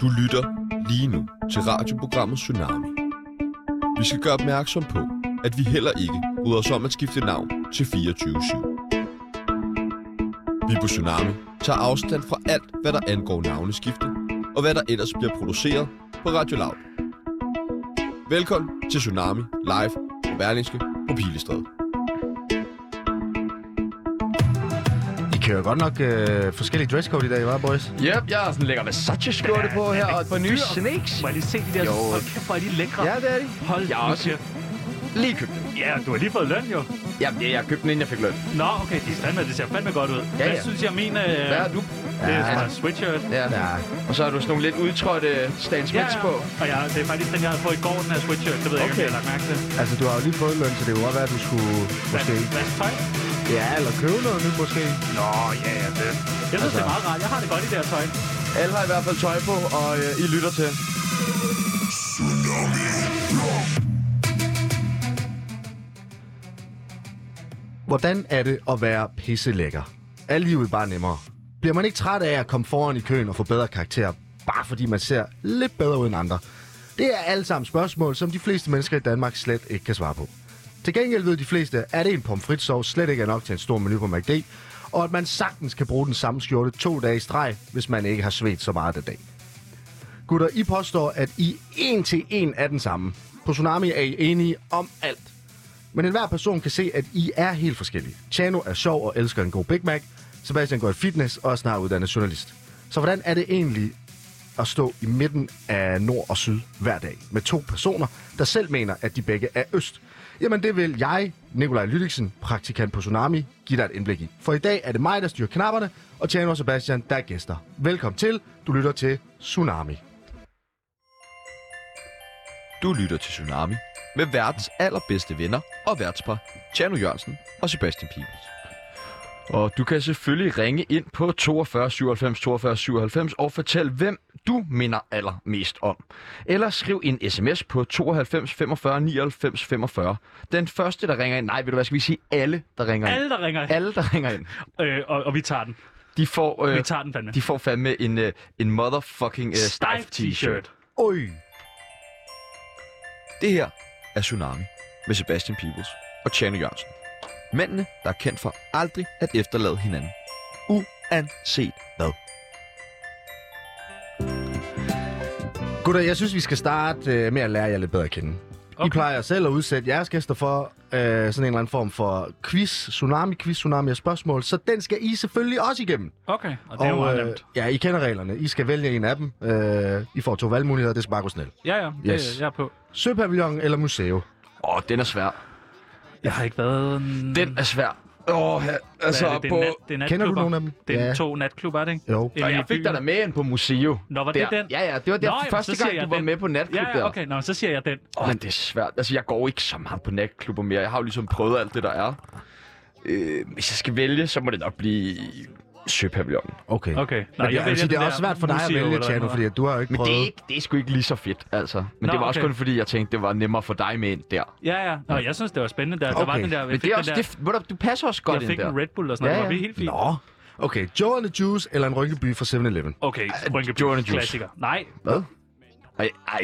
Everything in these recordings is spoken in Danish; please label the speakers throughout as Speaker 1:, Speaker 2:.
Speaker 1: Du lytter lige nu til radioprogrammet Tsunami. Vi skal gøre opmærksom på, at vi heller ikke bryder os om at skifte navn til 24-7. Vi på Tsunami tager afstand fra alt, hvad der angår navneskifte, og hvad der ellers bliver produceret på Radio Loud. Velkommen til Tsunami Live på Berlingske på Pilestræde.
Speaker 2: I kører godt nok øh, forskellige dresscode i dag, hva' boys?
Speaker 3: Yep, jeg har sådan en lækker Versace-skjorte på her, og et par nye sneaks.
Speaker 4: Må jeg lige se de der?
Speaker 3: Jo.
Speaker 4: Hold kæft, hvor er de lækre.
Speaker 2: Ja, det er de.
Speaker 4: Hold
Speaker 3: Jeg har
Speaker 4: nu
Speaker 3: også
Speaker 4: kæft.
Speaker 3: lige købt den.
Speaker 4: Ja, du har lige fået løn jo.
Speaker 3: Jamen, ja, jeg købte den, inden jeg fik løn.
Speaker 4: Nå, okay, det, er fandme, det ser fandme godt ud.
Speaker 3: Ja,
Speaker 4: Hvad
Speaker 3: ja.
Speaker 4: synes jeg, min... Øh,
Speaker 3: Hvad har du?
Speaker 4: Det er
Speaker 2: Ja.
Speaker 4: sådan en sweatshirt.
Speaker 3: Ja.
Speaker 2: Ja,
Speaker 3: Og så har du sådan nogle lidt udtrådte Stan Smiths på.
Speaker 4: Og ja, det er faktisk den, jeg havde fået i går, den her sweatshirt. Det ved jeg ikke, om
Speaker 3: Okay.
Speaker 4: jeg har lagt mærke til.
Speaker 2: altså du har jo lige fået løn, så det kunne godt være, at du skulle måske...
Speaker 4: Vask- Vask tøj?
Speaker 2: Ja, eller købe noget nyt måske.
Speaker 4: Nå, ja, ja, det. Jeg synes, det er meget rart. Jeg har det godt i det her tøj.
Speaker 3: Alle har i hvert fald tøj på, og øh, I lytter til.
Speaker 2: Hvordan er det at være pisselækker? Er livet bare nemmere? Bliver man ikke træt af at komme foran i køen og få bedre karakter, bare fordi man ser lidt bedre ud end andre? Det er alle sammen spørgsmål, som de fleste mennesker i Danmark slet ikke kan svare på. Til gengæld ved de fleste, at det en pomfritsov slet ikke er nok til en stor menu på McD, og at man sagtens kan bruge den samme skjorte to dage i streg, hvis man ikke har svedt så meget den dag. Gutter, I påstår, at I en til en er den samme. På Tsunami er I enige om alt. Men enhver person kan se, at I er helt forskellige. Chano er sjov og elsker en god Big Mac. Sebastian går i fitness og er snart uddannet journalist. Så hvordan er det egentlig at stå i midten af nord og syd hver dag med to personer, der selv mener, at de begge er øst? Jamen det vil jeg, Nikolaj Lydiksen, praktikant på Tsunami, give dig et indblik i. For i dag er det mig, der styrer knapperne, og Chano og Sebastian, der er gæster. Velkommen til. Du lytter til Tsunami.
Speaker 1: Du lytter til Tsunami med verdens allerbedste venner og værtspar, Tjerno Jørgensen og Sebastian Pibels.
Speaker 3: Og du kan selvfølgelig ringe ind på 42 97 42 97 og fortælle, hvem du minder allermest om. Eller skriv en sms på 92 45 99 45. Den første, der ringer ind, nej, ved du hvad, skal vi sige alle, der ringer
Speaker 4: Alle,
Speaker 3: ind.
Speaker 4: der ringer,
Speaker 3: Alle, der ringer ind,
Speaker 4: øh, og, og vi tager den.
Speaker 3: de får,
Speaker 4: Vi
Speaker 3: øh,
Speaker 4: tager den fandme.
Speaker 3: de får fandme en, øh, en motherfucking øh,
Speaker 4: Stejf
Speaker 3: stife t-shirt.
Speaker 2: Øj,
Speaker 1: Det her er Tsunami med Sebastian Peebles og Tjerno Jørgensen. Mændene, der er kendt for aldrig at efterlade hinanden. Uanset hvad.
Speaker 2: Gutter, jeg synes, vi skal starte øh, med at lære jer lidt bedre at kende. Okay. I
Speaker 4: Okay.
Speaker 2: plejer selv at udsætte jeres gæster for øh, sådan en eller anden form for quiz, tsunami, quiz, tsunami af spørgsmål, så den skal I selvfølgelig også igennem.
Speaker 4: Okay, og det er jo meget
Speaker 2: øh,
Speaker 4: nemt.
Speaker 2: ja, I kender reglerne. I skal vælge en af dem. Øh, I får to valgmuligheder, det skal bare gå snelt.
Speaker 4: Ja, ja, det,
Speaker 2: yes.
Speaker 4: jeg er på.
Speaker 2: Søpavillon eller museum?
Speaker 3: Åh, oh, den er svær.
Speaker 4: Jeg har ikke været... en-
Speaker 3: Den er svær. Åh, oh, altså
Speaker 4: Hvad er det? Det er
Speaker 3: på...
Speaker 4: nat, det
Speaker 2: Kender
Speaker 4: er
Speaker 2: du
Speaker 4: natklubber.
Speaker 2: nogen af dem?
Speaker 4: Det er
Speaker 2: Ja.
Speaker 4: to natklubber, er det ikke?
Speaker 2: Jo.
Speaker 4: Inde
Speaker 3: Og
Speaker 4: i
Speaker 3: jeg fik
Speaker 4: byen.
Speaker 3: dig da med ind på Museo.
Speaker 4: Nå, var det
Speaker 3: der.
Speaker 4: den?
Speaker 3: Ja, ja, det var
Speaker 4: Nå,
Speaker 3: der
Speaker 4: jamen,
Speaker 3: første
Speaker 4: så siger
Speaker 3: gang, du
Speaker 4: jeg
Speaker 3: var
Speaker 4: den.
Speaker 3: med på natklub
Speaker 4: Ja,
Speaker 3: der.
Speaker 4: ja, okay. Nå, så siger jeg den.
Speaker 3: Åh, oh, det er svært. Altså, jeg går ikke så meget på natklubber mere. Jeg har jo ligesom prøvet alt det, der er. Øh, hvis jeg skal vælge, så må det nok blive Søpavillonen.
Speaker 2: Okay.
Speaker 4: Okay.
Speaker 2: Nå, Men det, jeg vil
Speaker 4: vælger
Speaker 2: sige, det
Speaker 4: den
Speaker 2: er
Speaker 4: der
Speaker 2: også svært for dig at
Speaker 4: Museo
Speaker 2: vælge,
Speaker 4: eller
Speaker 2: Tjano,
Speaker 4: noget.
Speaker 2: fordi at du har jo ikke
Speaker 3: Men det er,
Speaker 2: prøvet...
Speaker 3: ikke, det er sgu ikke lige så fedt, altså. Men
Speaker 4: Nå,
Speaker 3: det var også
Speaker 4: okay.
Speaker 3: kun fordi, jeg tænkte, det var nemmere for dig med ind der.
Speaker 4: Ja, ja. Nå, jeg synes, det var spændende. Der, der
Speaker 2: Okay.
Speaker 4: var den der... jeg
Speaker 3: Men
Speaker 4: fik
Speaker 3: det er
Speaker 4: den
Speaker 3: også,
Speaker 4: der,
Speaker 3: det, ved du, du passer også godt
Speaker 4: Jeg
Speaker 3: ind
Speaker 4: fik
Speaker 3: der.
Speaker 4: en Red Bull og sådan noget.
Speaker 3: Ja,
Speaker 4: Ja, ja.
Speaker 3: ja.
Speaker 4: Vi er helt fint.
Speaker 2: Nå. Okay, Joe and the Juice eller en Rynkeby fra 7-Eleven?
Speaker 4: Okay, Rynkeby.
Speaker 3: Jordan Juice.
Speaker 4: Klassiker. Nej,
Speaker 3: Hvad? Ej, ej.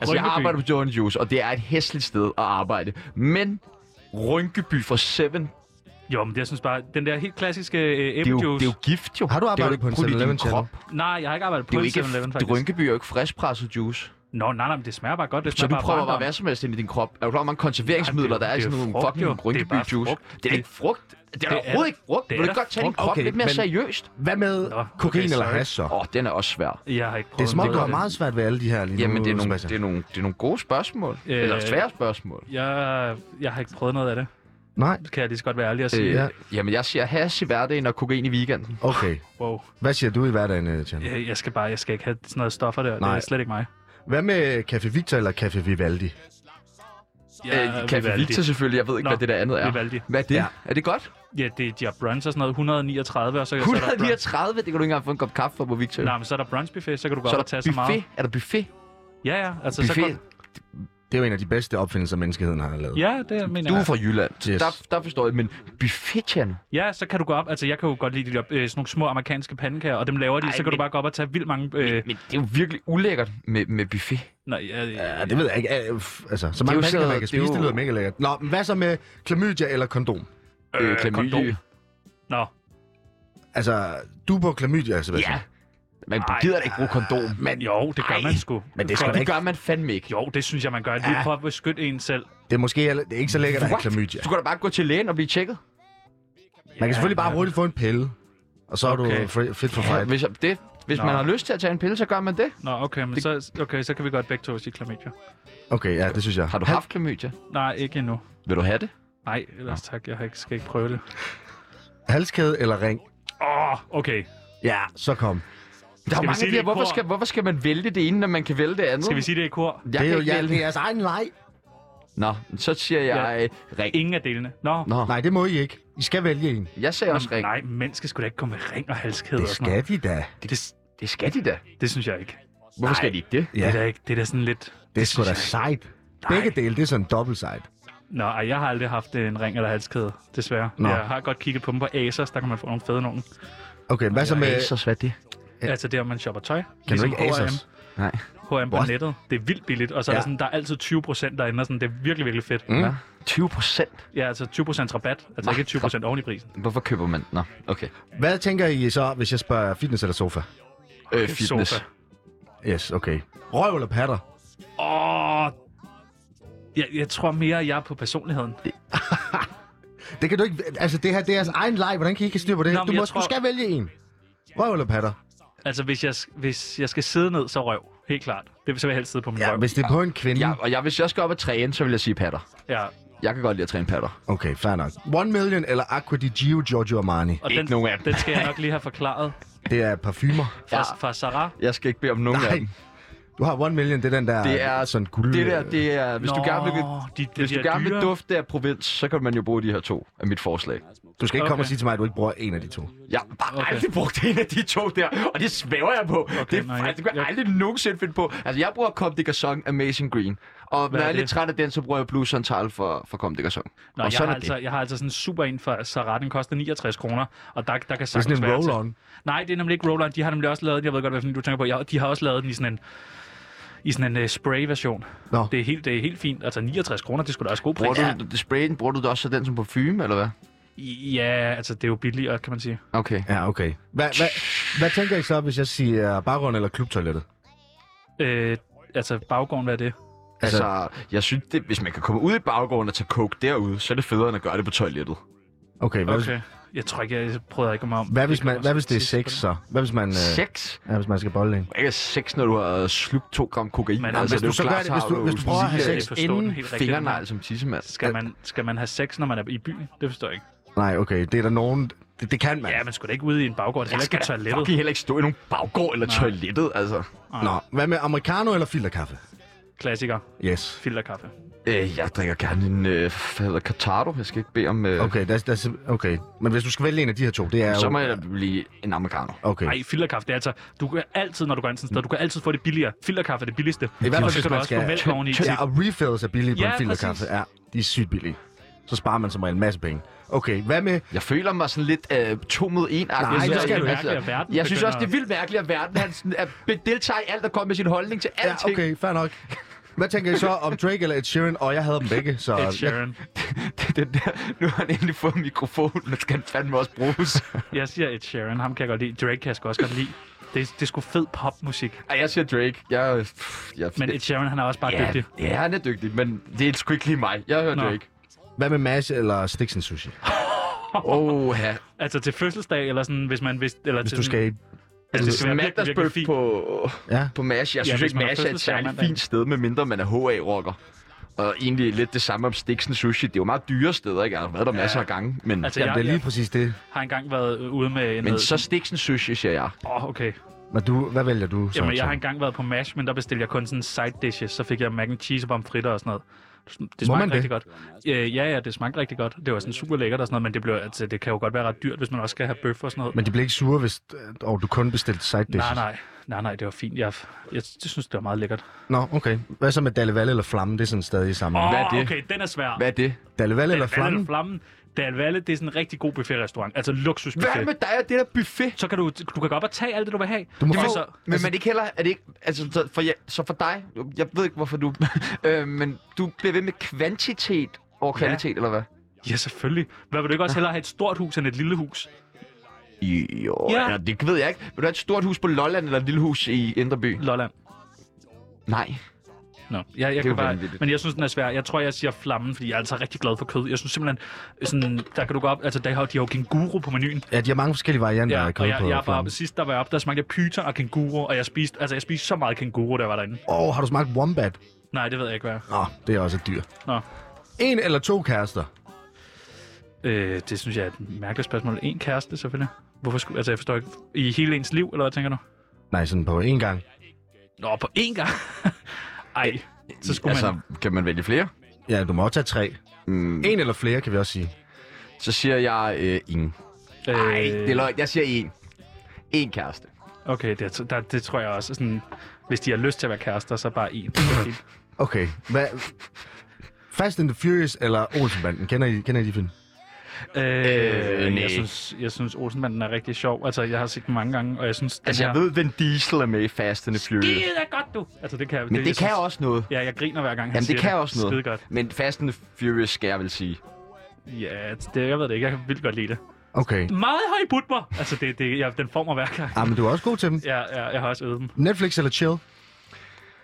Speaker 3: Altså, jeg
Speaker 4: Rynkeby.
Speaker 3: arbejder på Jordan Juice, og det er et hæsligt sted at arbejde. Men Rynkeby for 7, det er
Speaker 4: jo, men jeg synes bare, den der helt klassiske øh,
Speaker 3: jo, det er
Speaker 4: æblejuice...
Speaker 3: jo gift, jo.
Speaker 2: Har du
Speaker 3: Det er jo
Speaker 2: arbejdet
Speaker 3: ikke
Speaker 2: på en
Speaker 3: brudt i din
Speaker 2: 7-Eleven, Tjano?
Speaker 3: krop.
Speaker 4: Nej, jeg har ikke arbejdet på
Speaker 3: Det er jo
Speaker 4: en
Speaker 3: ikke,
Speaker 4: 7-Eleven,
Speaker 3: det-
Speaker 4: faktisk.
Speaker 3: Rynkeby er jo ikke friskpresset juice.
Speaker 4: Nå, nej, nej, men det smager bare godt. Det
Speaker 3: Så
Speaker 4: smager
Speaker 3: du
Speaker 4: bare
Speaker 3: prøver bare
Speaker 4: barndom.
Speaker 3: hvad som helst ind i din krop. Er du klar, hvor mange konserveringsmidler,
Speaker 4: Nej,
Speaker 3: der
Speaker 4: det er
Speaker 3: er i
Speaker 4: jo-
Speaker 3: sådan
Speaker 4: det er
Speaker 3: nogle
Speaker 4: jo frugt,
Speaker 3: fucking
Speaker 4: jo. Det er
Speaker 3: Rynkeby
Speaker 4: bare
Speaker 3: juice?
Speaker 4: frugt.
Speaker 3: Det er da ikke frugt. Det er da
Speaker 4: Det er-
Speaker 3: overhovedet ikke frugt. Vil
Speaker 4: det
Speaker 3: du
Speaker 4: er
Speaker 3: ikke
Speaker 4: da
Speaker 3: godt tage din
Speaker 4: frugt.
Speaker 3: krop
Speaker 2: Okay,
Speaker 3: lidt mere
Speaker 2: men-
Speaker 3: seriøst?
Speaker 2: Hvad med
Speaker 4: Nå,
Speaker 2: kokain
Speaker 4: okay,
Speaker 2: eller
Speaker 4: sorry.
Speaker 2: hash så?
Speaker 3: Åh, oh, den er også svær.
Speaker 4: Jeg har ikke prøvet
Speaker 2: Det er som om,
Speaker 4: den.
Speaker 2: du har meget svært ved alle de her lige
Speaker 3: Jamen,
Speaker 2: nu,
Speaker 3: det er, nogle,
Speaker 2: Sebastian.
Speaker 3: det, er nogle, det er nogle gode spørgsmål.
Speaker 4: Øh,
Speaker 3: Eller svære spørgsmål.
Speaker 4: Jeg, jeg har ikke prøvet noget af det.
Speaker 2: Nej?
Speaker 4: Det kan jeg lige så godt være ærlig og sige.
Speaker 3: Øh,
Speaker 2: ja.
Speaker 3: ja. Jamen, jeg siger hash i hverdagen og kokain i weekenden.
Speaker 2: Okay.
Speaker 4: Wow,
Speaker 2: Hvad siger du i hverdagen, øh, Tjano?
Speaker 4: jeg, jeg skal bare, jeg skal ikke have sådan noget stoffer der. Det
Speaker 2: Nej.
Speaker 4: er slet ikke mig.
Speaker 2: Hvad med Café Victor eller Café Vivaldi?
Speaker 4: Jeg
Speaker 3: Øh, Café
Speaker 4: Vivaldi.
Speaker 3: Victor selvfølgelig. Jeg ved ikke,
Speaker 4: Nå,
Speaker 3: hvad det der andet er.
Speaker 4: Vivaldi.
Speaker 3: Hvad er det?
Speaker 2: Ja.
Speaker 3: Er det godt?
Speaker 4: Ja, det, de har brunch og sådan noget. 139, og så, så er der brunch.
Speaker 3: 139, det kan du ikke engang få en kop kaffe for på Victor.
Speaker 4: Nej, men så er der brunchbuffet, så kan du
Speaker 3: så
Speaker 4: godt
Speaker 3: er
Speaker 4: tage
Speaker 3: der
Speaker 4: så meget.
Speaker 3: buffet. Er der buffet?
Speaker 4: Ja, ja. Altså, så
Speaker 3: Buffet.
Speaker 4: kan,
Speaker 2: Det er jo en af de bedste opfindelser, menneskeheden har lavet.
Speaker 4: Ja, det mener
Speaker 3: Du er
Speaker 4: jeg.
Speaker 3: fra Jylland.
Speaker 2: Yes.
Speaker 3: Der, der forstår jeg, men buffetjan?
Speaker 4: Ja, så kan du gå op. Altså, jeg kan jo godt lide de der, øh, sådan nogle små amerikanske pandekager, og dem laver de.
Speaker 3: Ej,
Speaker 4: Ej, så kan
Speaker 3: men-
Speaker 4: men... du bare gå op og tage vildt mange... Øh...
Speaker 3: Men det er jo virkelig ulækkert med, med buffet.
Speaker 4: Nej, øh,
Speaker 2: Ja, det ved jeg ikke. Øh, f- Altså, så mange
Speaker 3: jo
Speaker 2: mennesker,
Speaker 3: så-
Speaker 2: man
Speaker 3: det er
Speaker 2: kan spise, det,
Speaker 3: jo-
Speaker 2: lyder mega lækkert. Nå, men hvad så med klamydia eller kondom?
Speaker 3: Øh, klamydia.
Speaker 4: Nå,
Speaker 2: Altså, du er på klamydia, Sebastian.
Speaker 3: Ja. Man gider da ikke bruge kondom.
Speaker 4: men jo, det gør
Speaker 3: Ej,
Speaker 4: Ej, man sgu.
Speaker 2: men det skal
Speaker 4: For-
Speaker 2: man
Speaker 3: Det gør man fandme ikke.
Speaker 4: Jo, det synes jeg, man gør. Lige prøv at beskytte en selv.
Speaker 2: Det er måske heller- det er ikke så lækkert at have
Speaker 3: What?
Speaker 2: klamydia.
Speaker 3: Du kan da bare gå til lægen og blive tjekket.
Speaker 2: Man kan selvfølgelig bare hurtigt få en pille, og så er du
Speaker 4: Okay.
Speaker 2: fri- fit for
Speaker 3: Ja,
Speaker 2: fight.
Speaker 3: hvis det, hvis
Speaker 4: Nå.
Speaker 3: man har lyst til at tage en pille, så gør man det.
Speaker 4: Nå, okay, men så, okay, så kan vi godt begge to sige klamydia.
Speaker 2: Okay, ja, det synes jeg.
Speaker 3: Har du haft klamydia?
Speaker 4: Nej, ikke endnu.
Speaker 3: Vil du have det?
Speaker 4: Nej, ellers tak. Jeg har ikke, skal ikke prøve det.
Speaker 2: Halskæde eller ring?
Speaker 4: Åh, oh, okay.
Speaker 2: Ja, så kom.
Speaker 3: Der er
Speaker 4: vi
Speaker 3: mange
Speaker 4: sige
Speaker 3: af de
Speaker 4: det
Speaker 3: her,
Speaker 4: i
Speaker 3: hvorfor
Speaker 4: kor?
Speaker 3: skal, hvorfor skal man vælge det ene, når man kan vælge det andet?
Speaker 4: Skal vi sige det i kor?
Speaker 3: Jeg
Speaker 2: det er
Speaker 3: kan
Speaker 2: jo
Speaker 3: ikke
Speaker 2: ja,
Speaker 3: vælge
Speaker 2: det er jeres egen leg.
Speaker 3: Nå, så siger jeg øh, ring.
Speaker 4: Ingen af delene. Nå, Nå.
Speaker 3: Nå,
Speaker 2: Nej, det må I ikke. I skal vælge en.
Speaker 3: jeg sagde også ring.
Speaker 4: nej, mennesker skulle da ikke komme med ring og halskæde
Speaker 2: Det
Speaker 4: og sådan noget.
Speaker 2: skal de da.
Speaker 4: Det,
Speaker 3: Det skal de da.
Speaker 4: det synes jeg ikke.
Speaker 3: Hvorfor skal de ikke det?
Speaker 4: Ja.
Speaker 2: Ja.
Speaker 4: Det, er da ikke, det er da sådan lidt...
Speaker 2: Det er sgu
Speaker 4: synes
Speaker 2: da
Speaker 4: jeg ikke.
Speaker 2: sejt. Begge dele, det er sådan dobbelt sejt.
Speaker 4: Nå, ej, jeg har aldrig haft en ring eller halskæde, desværre.
Speaker 2: Nå.
Speaker 4: Nå. Jeg har godt kigget på dem på Asos, der kan man få nogle fede nogen.
Speaker 2: Okay, hvad så med...
Speaker 3: Asos, hvad er det?
Speaker 2: Ja.
Speaker 4: Ja. Altså der, man shopper tøj. Kan
Speaker 2: du ikke Asos?
Speaker 3: Nej.
Speaker 4: H&M på
Speaker 2: What?
Speaker 4: nettet. Det er vildt billigt, og så ja.
Speaker 2: Ja.
Speaker 4: er der, sådan, der er altid 20 procent derinde, og sådan, det er virkelig, virkelig fedt.
Speaker 3: Mm. 20 procent.
Speaker 4: Ja, altså 20 procent rabat,
Speaker 3: Nå,
Speaker 4: altså ikke 20 procent oven i prisen.
Speaker 3: Hvorfor køber man den? Nå, okay.
Speaker 2: Hvad tænker I så, hvis jeg spørger fitness eller sofa?
Speaker 3: Øh, fitness.
Speaker 4: Sofa.
Speaker 2: Yes, okay. Røv eller patter?
Speaker 4: Åh, jeg, jeg tror mere, jeg er på personligheden.
Speaker 2: Det kan du ikke... Altså, det her det er jeres egen leg. Hvordan kan I ikke styre på det?
Speaker 4: Nå,
Speaker 2: Nå,
Speaker 4: men
Speaker 2: du,
Speaker 4: jeg
Speaker 2: må, tror...
Speaker 4: tror-
Speaker 2: du skal vælge en. Røv eller patter?
Speaker 4: Altså, hvis jeg, hvis jeg skal sidde ned, så røv. Helt klart. Det så vil jeg helst sidde på min
Speaker 2: Ja,
Speaker 4: røv.
Speaker 2: hvis det er på en kvinde...
Speaker 3: Ja, og jeg, hvis jeg skal op og træne, så vil jeg sige patter.
Speaker 4: Ja,
Speaker 3: Jeg kan godt lide at træne patter.
Speaker 2: Okay, fair nok. One Million eller Aqua di Gio Giorgio Armani?
Speaker 4: og
Speaker 3: Ikke
Speaker 4: den,
Speaker 3: nogen af dem.
Speaker 4: den skal jeg nok lige have forklaret
Speaker 2: Det er parfumer.
Speaker 3: Ja.
Speaker 4: fra, ja. fra Sarah.
Speaker 3: Jeg skal ikke bede om nogen af
Speaker 2: Nej.
Speaker 3: dem.
Speaker 2: Du har One Million, det er den der
Speaker 3: Det er
Speaker 2: sådan guld...
Speaker 3: Det der, det er... Hvis du gerne vil,
Speaker 4: de, de,
Speaker 3: hvis
Speaker 4: de
Speaker 3: du
Speaker 4: er
Speaker 3: gerne vil
Speaker 4: dyre.
Speaker 3: dufte af provins, så kan man jo bruge de her to af mit forslag.
Speaker 2: Du skal ikke okay. komme og
Speaker 4: Okay.
Speaker 2: sige til mig, at du ikke bruger en af de to.
Speaker 3: Jeg har bare okay.
Speaker 4: Okay.
Speaker 3: aldrig brugt en af de to der, og det svæver jeg på. Okay, det,
Speaker 4: nej,
Speaker 3: nej,
Speaker 4: jeg-
Speaker 3: det kan jeg
Speaker 4: jeg-
Speaker 3: aldrig nogensinde finde på. Altså, jeg bruger Comme des Garçons Amazing Green. Og når
Speaker 4: er
Speaker 3: jeg er lidt
Speaker 4: det?
Speaker 3: træt af den, så bruger jeg Blue Santal for, for Comme des Garçons. og
Speaker 4: Nå, jeg,
Speaker 3: sådan
Speaker 4: har
Speaker 3: er det.
Speaker 4: altså, jeg har altså sådan en super en fra Sarah. Den koster 69 kroner, og der, der kan
Speaker 2: Det er
Speaker 4: sagtens
Speaker 2: sådan en
Speaker 4: være til-
Speaker 2: roll-on.
Speaker 4: Nej, det er nemlig ikke roll-on. De har nemlig også lavet, jeg ved godt, hvad for en, du tænker på. Jeg, de har også lavet den i sådan en i sådan en uh, spray-version.
Speaker 2: Nå.
Speaker 4: Det er, helt, det er helt fint. Altså 69 kroner, det skulle da også god pris.
Speaker 3: Bruger du sprayen, bruger du det også så den som parfume, eller hvad?
Speaker 4: Ja, altså det er jo billigere, kan man sige.
Speaker 3: Okay.
Speaker 2: Ja, okay. Hvad, hvad, hvad tænker I så, hvis jeg siger bagrund eller klubtoilettet?
Speaker 4: Øh, altså baggården, hvad er det?
Speaker 2: Altså-
Speaker 3: Altså, jeg synes, det, hvis man kan komme ud i baggården og tage coke derude, så er det federe, end at gøre det på toilettet.
Speaker 2: Okay, hvad, okay.
Speaker 4: Okay. Jeg tror ikke, jeg prøver ikke om om.
Speaker 2: Hvad, hvis man, hvad hvis det er sex, så? Hvad hvis man, øh,
Speaker 3: Sex?
Speaker 2: ja, hvis man skal bolle en?
Speaker 3: Du er Ikke sex, når du har slugt to gram kokain.
Speaker 4: Men
Speaker 2: hvis
Speaker 3: Altså, det er
Speaker 2: du så
Speaker 3: jo
Speaker 2: gør
Speaker 3: klart,
Speaker 2: det- hvis
Speaker 3: har
Speaker 2: du- hvis du prøver at have
Speaker 3: lige, øh,
Speaker 2: sex
Speaker 4: inden
Speaker 3: Fingernegl som tissemand.
Speaker 4: Skal man, skal man have sex, når man er i byen? Det forstår jeg ikke.
Speaker 2: Nej, okay, det er der nogen... Det, det kan man.
Speaker 4: Ja, man skulle da ikke ude i en baggård. Heller ikke på toilettet.
Speaker 3: Fucking heller ikke stå i nogen baggård eller Nej. toilettet, altså.
Speaker 2: Nå, hvad med americano eller filterkaffe?
Speaker 4: Klassiker.
Speaker 2: Yes.
Speaker 4: Filterkaffe.
Speaker 3: Øh, jeg drikker gerne en, øh, hvad hedder Cartado. Jeg skal ikke bede om... Øh,
Speaker 2: Okay, that's, that's, okay, men hvis du skal vælge en af de her to, det er
Speaker 3: Så
Speaker 2: jo...
Speaker 3: må jeg da blive en americano.
Speaker 2: Okay.
Speaker 4: Nej, filterkaffe, det er altså... Du kan altid, når du går ind sådan et sted, du kan altid få det billigere. Filterkaffe er det billigste. I
Speaker 2: hvert fald, hvis
Speaker 4: kan du
Speaker 2: man
Speaker 4: også
Speaker 2: skal-
Speaker 4: få mælk oveni.
Speaker 2: Ja, og refills er billige på
Speaker 4: Ja,
Speaker 2: en filterkaffe.
Speaker 4: præcis.
Speaker 2: Ja, de er sygt billige. Så sparer man som regel en masse penge. Okay, hvad med...
Speaker 3: Jeg føler mig sådan lidt øh, to mod en
Speaker 2: Nej,
Speaker 3: jeg,
Speaker 2: det skal
Speaker 3: jeg,
Speaker 2: du
Speaker 4: mærke, at verden
Speaker 3: jeg synes
Speaker 4: begynder
Speaker 3: også, det er
Speaker 4: at-
Speaker 3: vildt mærkeligt, at verden han sådan, at be- deltager i alt og kommer med sin holdning til
Speaker 2: Ja,
Speaker 3: alting.
Speaker 2: okay, fair nok. Hvad tænker I så om Drake eller Ed Sheeran? Og jeg havde dem begge, så...
Speaker 4: Ed Sheeran.
Speaker 3: Den der, nu har han endelig fået mikrofonen, og skal han fandme også bruges.
Speaker 4: Jeg siger Ed Sheeran. Ham kan jeg godt lide. Drake kan jeg sgu også godt lide. Det, det er sgu fed popmusik.
Speaker 3: Ej, jeg siger Drake. Jeg, øh, pff, jeg,
Speaker 4: Men Ed Sheeran, han er også bare
Speaker 3: ja,
Speaker 4: dygtig.
Speaker 3: ja, han er dygtig, men det er sgu ikke lige mig. Jeg hører
Speaker 4: Nå.
Speaker 3: Drake.
Speaker 2: Hvad med Mads eller Sticks and Sushi?
Speaker 3: Åh, ja.
Speaker 4: Altså til fødselsdag, eller sådan, hvis man... Hvis, eller
Speaker 2: Hvis
Speaker 4: til
Speaker 2: du
Speaker 4: sådan-
Speaker 2: skal... i-
Speaker 4: Altså, det skal være virkelig,
Speaker 3: Mandagsbøf
Speaker 4: virkelig fint.
Speaker 3: på,
Speaker 2: Ja.
Speaker 3: på MASH. Jeg
Speaker 4: Ja,
Speaker 3: synes
Speaker 4: hvis
Speaker 3: ikke,
Speaker 4: man har
Speaker 3: MASH er et
Speaker 4: fødselsdag
Speaker 3: særligt
Speaker 4: mandag.
Speaker 3: fint sted, medmindre man er HA-rocker. Og egentlig lidt det samme om Stiksen Sushi. Det er jo meget dyre steder, ikke? Jeg har været der masser af gange, men,
Speaker 4: Altså,
Speaker 2: Jamen,
Speaker 4: jeg,
Speaker 2: det er lige
Speaker 4: jeg
Speaker 2: præcis det.
Speaker 4: har engang været øh, ude med en...
Speaker 3: men så Stiksen Sushi, siger jeg.
Speaker 4: Åh, oh, okay.
Speaker 2: Men du, hvad vælger du? så?
Speaker 4: Jamen, jeg har engang været på MASH, men der bestilte jeg kun sådan side dishes. Så fik jeg mac and cheese og pomfritter og sådan noget. Det smagte
Speaker 2: man det?
Speaker 4: rigtig godt. Øh, ja, ja, det smagte rigtig godt. Det var sådan super lækkert og sådan noget, men det, blev, altså, det kan jo godt være ret dyrt, hvis man også skal have bøf og sådan noget.
Speaker 2: Men de blev ikke sure, hvis øh, og du kun bestilte side dishes?
Speaker 4: nej, nej. nej, nej, det var fint. Jeg, jeg, jeg synes, det var meget lækkert.
Speaker 2: Nå, okay. Hvad så med Dalle Valle eller Flamme? Det er sådan stadig i samme.
Speaker 4: Åh,
Speaker 2: Oh.
Speaker 3: Hvad er det?
Speaker 4: okay, den er svær.
Speaker 3: Hvad er det?
Speaker 2: Dalle Valle eller
Speaker 4: Dalvalle
Speaker 2: Flamme?
Speaker 4: Flammen. Dalvalle, det er sådan en rigtig god buffetrestaurant. Altså
Speaker 3: Hvad
Speaker 4: luksusbuffet.
Speaker 3: med dig og det der buffet?
Speaker 4: Så kan du, du kan gå op og tage alt det, du vil have.
Speaker 2: Du må
Speaker 4: Men
Speaker 2: få-
Speaker 4: så,
Speaker 3: Men man ikke heller, er det ikke, altså så for, jeg, så for dig, jeg ved ikke hvorfor du, øh, men du bliver ved med kvantitet over kvalitet, ja. eller hvad?
Speaker 4: ja, selvfølgelig. Hvad vil du ikke også hellere have et stort hus end et lille hus?
Speaker 3: Jo,
Speaker 4: Ja.
Speaker 3: ja. eller, det ved jeg ikke. Vil du have et stort hus på Lolland eller et lille hus i Indre By?
Speaker 4: Lolland.
Speaker 3: Nej.
Speaker 4: Nå, jeg, jeg
Speaker 3: jo
Speaker 4: kan bare,
Speaker 3: vanvittigt.
Speaker 4: men jeg synes, den er svær. Jeg tror, jeg siger flammen, fordi jeg er altså rigtig glad for kød. Jeg synes simpelthen, sådan, der kan du gå op... Altså, der har de har jo kenguru på menuen.
Speaker 2: Ja, de har mange forskellige varianter af
Speaker 4: og
Speaker 2: kød
Speaker 4: jeg,
Speaker 2: på
Speaker 4: jeg, var,
Speaker 2: Flamme.
Speaker 4: sidst der var jeg oppe, der smagte jeg pyton og kenguru, og jeg spiste, altså, jeg spiste så meget kenguru, der var derinde.
Speaker 2: Åh, oh, har du smagt Wombat?
Speaker 4: Nej, det ved jeg ikke, hvad jeg er.
Speaker 2: Nå, det er også et dyr.
Speaker 4: Nå.
Speaker 2: En eller to kærester?
Speaker 4: Øh, det synes jeg er et mærkeligt spørgsmål. En kæreste, selvfølgelig. Hvorfor skulle... Altså, jeg forstår ikke. I hele ens liv, eller hvad tænker du?
Speaker 2: Nej, sådan på én gang.
Speaker 4: Nå, på én gang? Ej, så skulle altså...
Speaker 3: altså,
Speaker 4: man...
Speaker 3: kan man vælge flere?
Speaker 2: Ja, du må også tage tre.
Speaker 3: Mm,
Speaker 2: En eller flere, kan vi også sige.
Speaker 3: så siger jeg øh, ingen. Nej, det er løgn. Jeg siger en. En kæreste.
Speaker 4: Øh, Okay, det, er t- der, det tror jeg også. er Sådan, hvis de har lyst til at være kærester, så bare en.
Speaker 2: Okay, hvad... Fast and the Furious eller Olsenbanden? Kender I, kender I de film?
Speaker 4: øh,
Speaker 3: nej.
Speaker 4: jeg, synes, jeg synes, Olsenmanden er rigtig sjov. Altså, jeg har set den mange gange, og jeg synes... den
Speaker 3: Altså, jeg
Speaker 4: her-
Speaker 3: ved, Vin Diesel er med i Fast and the Furious.
Speaker 4: Skide er godt, du! Altså, det kan jeg...
Speaker 3: Men det
Speaker 4: jeg
Speaker 3: kan også noget.
Speaker 4: Ja, jeg griner hver gang, han
Speaker 3: Jamen,
Speaker 4: siger
Speaker 3: det kan også noget.
Speaker 4: Skide godt.
Speaker 3: Men Fast and the Furious skal jeg vel sige.
Speaker 4: Ja, det, jeg ved det ikke. Jeg kan vildt godt lide det.
Speaker 2: Okay.
Speaker 4: Meget har I budt mig! Altså, det, det, jeg, den får mig hver gang.
Speaker 3: Ah.
Speaker 2: Ja, men du er også god til dem.
Speaker 4: Ja, ja, jeg har også øvet dem.
Speaker 2: Netflix eller chill?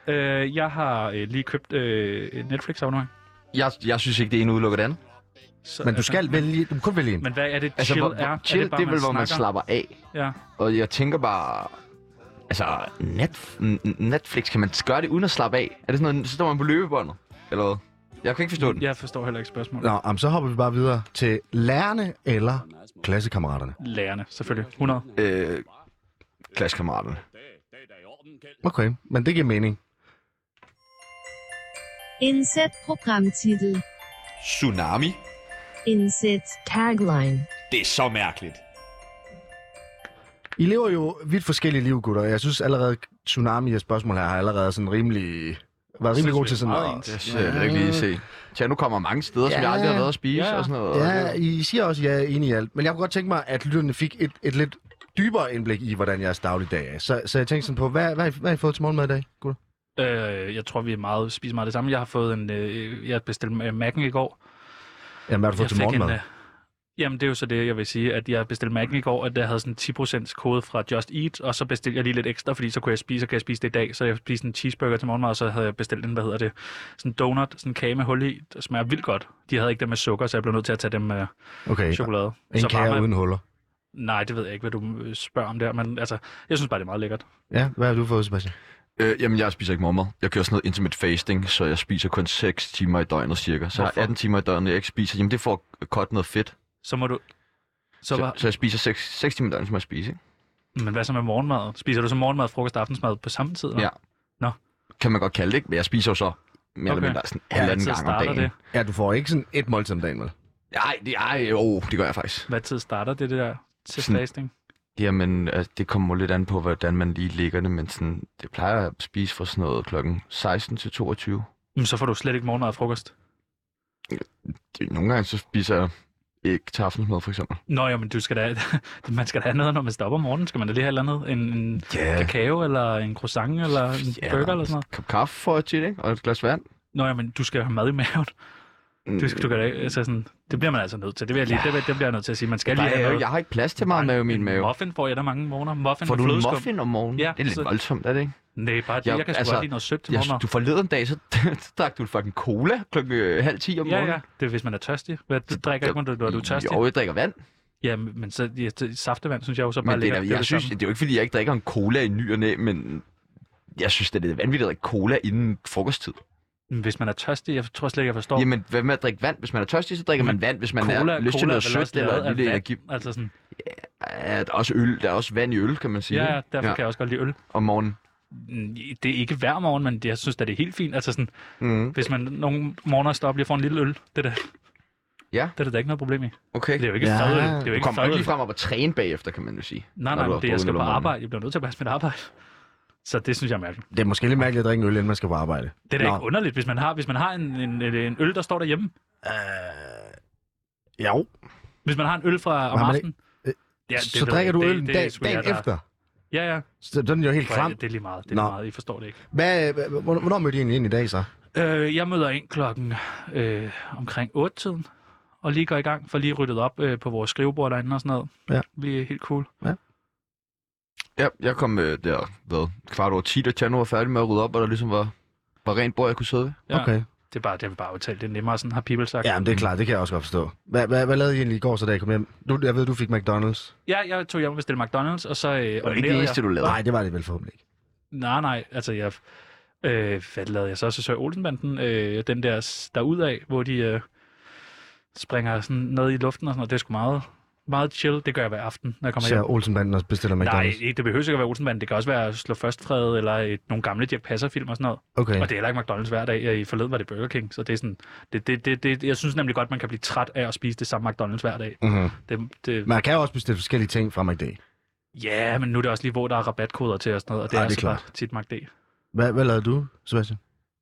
Speaker 4: Øh, jeg har øh, lige købt øh, Netflix abonnement.
Speaker 3: Jeg, jeg synes ikke, det ene udelukker det andet.
Speaker 4: Så, altså,
Speaker 2: Men du skal vælge, du kan kun vælge en.
Speaker 4: Men hvad er det,
Speaker 3: Altså,
Speaker 4: chill
Speaker 3: chill, hvor,
Speaker 4: er?
Speaker 3: er, chill
Speaker 4: er
Speaker 3: det, bare, det er vel, hvor man
Speaker 4: snakker?
Speaker 3: slapper af.
Speaker 4: Ja.
Speaker 3: Og jeg tænker bare... Altså, net, n- Netflix, kan man gøre det uden at slappe af? Er det sådan noget, så står man på løbebåndet? Eller hvad? Jeg kan ikke forstå den.
Speaker 4: Jeg forstår heller ikke spørgsmålet.
Speaker 2: Nå, jamen, så hopper vi bare videre til lærerne eller klassekammeraterne.
Speaker 4: Lærerne, selvfølgelig. 100.
Speaker 3: Øh, klassekammeraterne.
Speaker 2: Okay, men det giver mening.
Speaker 5: Indsæt programtitel.
Speaker 1: Tsunami?
Speaker 5: Indsæt tagline.
Speaker 1: Det er så mærkeligt.
Speaker 2: I lever jo vidt forskellige liv, gutter. Jeg synes allerede, Tsunami og spørgsmål her har allerede sådan rimelig... Været rimelig god til sådan at...
Speaker 3: Det skal jeg ikke lige se. Tja, nu kommer mange steder, ja. som
Speaker 2: Ja.
Speaker 3: jeg aldrig har været at spise
Speaker 4: Ja.
Speaker 3: og sådan noget.
Speaker 2: Ja, I siger også, at jeg er enig i alt. Men jeg kunne godt tænke mig, at lytterne fik et, et lidt dybere indblik i, hvordan jeres dagligdag er. Så, så jeg tænkte sådan på, hvad, hvad, har I- hvad har I fået til morgenmad i dag, gutter?
Speaker 4: Øh, jeg tror, vi er meget, spiser meget det samme. Jeg har fået en... Øh, jeg bestilte øh, Mac'en i går.
Speaker 2: Jamen, hvad har du fået
Speaker 4: jeg
Speaker 2: til morgenmad?
Speaker 4: øh, Jamen, det er jo så det, jeg vil sige, at jeg bestilte Mac'en i går, at jeg havde sådan 10% kode fra Just Eat, og så bestilte jeg lige lidt ekstra, fordi så kunne jeg spise, og kan jeg spise det i dag. Så jeg spiste en cheeseburger til morgenmad, og så havde jeg bestilt en, hvad hedder det, sådan en donut, sådan en kage med hul i, der smager vildt godt. De havde ikke dem med sukker, så jeg blev nødt til at tage dem med
Speaker 2: Okay,
Speaker 4: chokolade.
Speaker 2: en
Speaker 4: øh, så varmer
Speaker 2: kage
Speaker 4: jeg-
Speaker 2: uden huller.
Speaker 4: Nej, det ved jeg ikke, hvad du øh, spørger om der, men altså, jeg synes bare, det er meget lækkert.
Speaker 2: Ja, hvad har du fået, Sebastian?
Speaker 3: Øh, jamen, jeg spiser ikke morgenmad. Jeg kører sådan noget intermittent fasting, så jeg spiser kun 6 timer i døgnet cirka. Så Hvorfor?
Speaker 4: Hvorfor?
Speaker 3: 18 timer i døgnet, jeg ikke spiser. Jamen, det får godt noget fedt.
Speaker 4: Så må du... Så,
Speaker 3: Så, så,
Speaker 4: var,
Speaker 3: så jeg spiser 6, 6 timer i døgnet, som jeg spiser. ikke?
Speaker 4: men hvad så med morgenmad? Spiser du så morgenmad, frokost og aftensmad på samme tid? eller?
Speaker 3: Ja.
Speaker 4: Nå.
Speaker 3: Kan man godt kalde det, ikke? Men jeg spiser jo så mere okay.
Speaker 4: Okay.
Speaker 3: eller mindre sådan halvanden
Speaker 4: Hvad tid
Speaker 3: gang om
Speaker 4: starter
Speaker 3: dagen.
Speaker 4: det?
Speaker 3: Det.
Speaker 2: Ja, du får ikke sådan et måltid om dagen, vel?
Speaker 3: Ej, det, ej, jo, det gør jeg faktisk.
Speaker 4: Hvad tid starter det, det der til
Speaker 3: Sådan-
Speaker 4: fasting?
Speaker 3: Jamen, altså, det kommer lidt an på, hvordan man lige ligger det, men sådan, det plejer jeg at spise fra sådan noget klokken 16 til 22.
Speaker 4: Jamen, så får du slet ikke morgenmad og frokost.
Speaker 3: Det, nogle gange så spiser jeg ikke til aftensmad, for eksempel.
Speaker 4: Nå, jo, men du skal da, man skal da have noget, når man står op om morgenen. Skal man da lige have et eller andet? En, en
Speaker 3: Ja.
Speaker 4: kakao, eller en croissant, eller en burger, eller sådan noget?
Speaker 3: Kop kaffe får jeg tit, ikke? Og et glas vand. Mm.
Speaker 4: Nå, jo, men du skal have mad i maven. Du, skal- du kan da, ikke- altså sådan, det bliver man altså nødt til. Det, vil jeg lige, det, vil- det bliver jeg nødt til at sige. Man skal lige
Speaker 3: Nej,
Speaker 4: have
Speaker 3: jeg,
Speaker 4: noget.
Speaker 3: jeg har ikke plads til meget mave i min mave.
Speaker 4: Muffin får jeg der mange morgener. Muffin
Speaker 3: Får
Speaker 4: med
Speaker 3: du en
Speaker 4: flødeskum.
Speaker 3: muffin om morgenen?
Speaker 4: Ja,
Speaker 3: det er lidt
Speaker 4: så-
Speaker 3: voldsomt, er det ikke?
Speaker 4: Nej, bare det.
Speaker 3: Jeg-
Speaker 4: Jeg kan sgu
Speaker 3: altså,
Speaker 4: godt lide noget sødt til
Speaker 3: Jeg,
Speaker 4: morgenmad.
Speaker 3: du forleden dag, så, så drak du fucking cola klokken øh, halv 10 om
Speaker 4: Ja,
Speaker 3: morgenen.
Speaker 4: ja. Det er, hvis man er tørstig. Hvad, det drikker ikke, man, når du, når du er tørstig.
Speaker 3: Jo, jeg drikker vand.
Speaker 4: Ja, men så ja, det- saftevand, synes jeg jo så bare
Speaker 3: Men det er,
Speaker 4: lækkert.
Speaker 3: da- jeg synes,
Speaker 4: samme.
Speaker 3: det er jo ikke, fordi jeg ikke drikker en cola i ny og næ, men jeg synes, det er lidt vanvittigt at drikke cola inden frokosttid.
Speaker 4: Men Hvis man er tørstig, jeg tror slet ikke, jeg forstår.
Speaker 3: Jamen, hvad med at drikke vand? Hvis man er tørstig, så drikker man vand. Hvis man
Speaker 4: cola,
Speaker 3: har lyst til
Speaker 4: cola er
Speaker 3: noget
Speaker 4: vel
Speaker 3: sødt
Speaker 4: også
Speaker 3: eller
Speaker 4: lavet af
Speaker 3: en lille
Speaker 4: vand.
Speaker 3: energi.
Speaker 4: Altså sådan,
Speaker 3: Ja, der er også øl. Der er også vand i øl, kan man sige.
Speaker 4: ja, ja,
Speaker 3: ikke?
Speaker 4: derfor ja. kan jeg også godt lide øl.
Speaker 3: Om morgenen.
Speaker 4: Mm, Det er ikke hver morgen, men jeg synes da, det er helt fint. Altså sådan,
Speaker 3: Mm.
Speaker 4: hvis man nogle morgener står op lige får en lille øl, det der,
Speaker 3: Ja.
Speaker 4: det er der da ikke noget problem i.
Speaker 3: Okay.
Speaker 4: Det er jo ikke
Speaker 2: Ja.
Speaker 4: ja. fadøl. Det er jo
Speaker 3: Du
Speaker 4: ikke
Speaker 3: kommer
Speaker 4: fadøl.
Speaker 3: ikke lige frem op og træne bagefter, kan man jo sige. når
Speaker 4: Nej, nej,
Speaker 3: du har
Speaker 4: men det er,
Speaker 3: drukket
Speaker 4: jeg skal
Speaker 3: øl
Speaker 4: på
Speaker 3: om morgenen.
Speaker 4: arbejde. Jeg bliver nødt til at passe mit arbejde. Så det synes jeg er mærkeligt.
Speaker 2: Det er måske lidt mærkeligt at drikke en øl, inden man skal på arbejde.
Speaker 4: Det er da
Speaker 2: Nå.
Speaker 4: ikke underligt, hvis man har, hvis man har en, en, en, en øl, der står derhjemme.
Speaker 2: Øh, Jo,
Speaker 4: Hvis man har en øl fra om
Speaker 2: Nej, men
Speaker 4: aftenen.
Speaker 2: øh,
Speaker 4: Ja, det
Speaker 2: så
Speaker 4: ved
Speaker 2: drikker
Speaker 4: jeg
Speaker 2: du
Speaker 4: ikke.
Speaker 2: øl en
Speaker 4: Det-
Speaker 2: dag,
Speaker 4: det skulle
Speaker 2: dagen
Speaker 4: jeg da-
Speaker 2: efter.
Speaker 4: Ja, ja.
Speaker 2: Så den er jo helt
Speaker 4: Prøv,
Speaker 2: klam.
Speaker 4: det er lige meget. Det er lige
Speaker 2: Nå.
Speaker 4: meget. I forstår det ikke.
Speaker 2: Hvad, hvad- hvornår hvornår mødte I egentlig ind i dag så?
Speaker 4: Øh, jeg møder ind klokken øh, omkring 8-tiden, og lige går i gang for lige ryddet op øh, på vores skrivebord derinde og sådan noget.
Speaker 2: Ja.
Speaker 4: Vi er helt cool.
Speaker 3: Ja, jeg kom øh, der, hvad, kvart over 10, da Tjerno var færdig med at rydde op, og der ligesom var, var rent bord, jeg kunne sidde ved.
Speaker 4: Ja,
Speaker 2: Okay. Mm.
Speaker 4: Det er bare det, vi bare udtalte. Det er nemmere, sådan har people sagt.
Speaker 2: Ja, men det er klart, det kan jeg også godt forstå. Hvad, hvad, hvad lavede I egentlig i går, så da I kom hjem? Du, jeg ved, du fik McDonald's.
Speaker 4: ja jeg tog hjem og bestilte McDonald's, og så øh,
Speaker 3: Det var ikke det
Speaker 4: jeg.
Speaker 3: eneste, du lavede.
Speaker 2: Nej, det var det vel forhåbentlig ikke.
Speaker 4: Nej, nej, altså jeg... Øh, hvad lavede jeg så? Så så jeg Olsenbanden, øh, den der s- derudad, hvor de øh, springer sådan noget i luften og sådan noget. Det er sgu meget, meget chill. Det gør jeg hver aften, når jeg kommer
Speaker 2: Så
Speaker 4: hjem.
Speaker 2: Olsenbanden og bestiller
Speaker 4: Nej,
Speaker 2: McDonald's.
Speaker 4: ikke- det behøver ikke at være Olsenbanden. Det kan også være Slå Først Fred, eller et, nogle gamle Dirk Passer-film og sådan noget.
Speaker 2: Okay.
Speaker 4: Og det er heller ikke McDonald's hver dag. Ja, I forleden var det Burger King, så det er sådan... Det, det, det, det, jeg synes nemlig godt, man kan blive træt af at spise det samme McDonald's hver dag.
Speaker 2: Mm-hmm.
Speaker 4: Det, det,
Speaker 2: Man kan jo også bestille forskellige ting fra McD.
Speaker 4: ja, men nu er det også lige, hvor der er rabatkoder til og sådan noget, og det
Speaker 2: Ej,
Speaker 4: er,
Speaker 2: det er
Speaker 4: så bare tit McD.
Speaker 2: Hvad, hvad lavede du, Sebastian?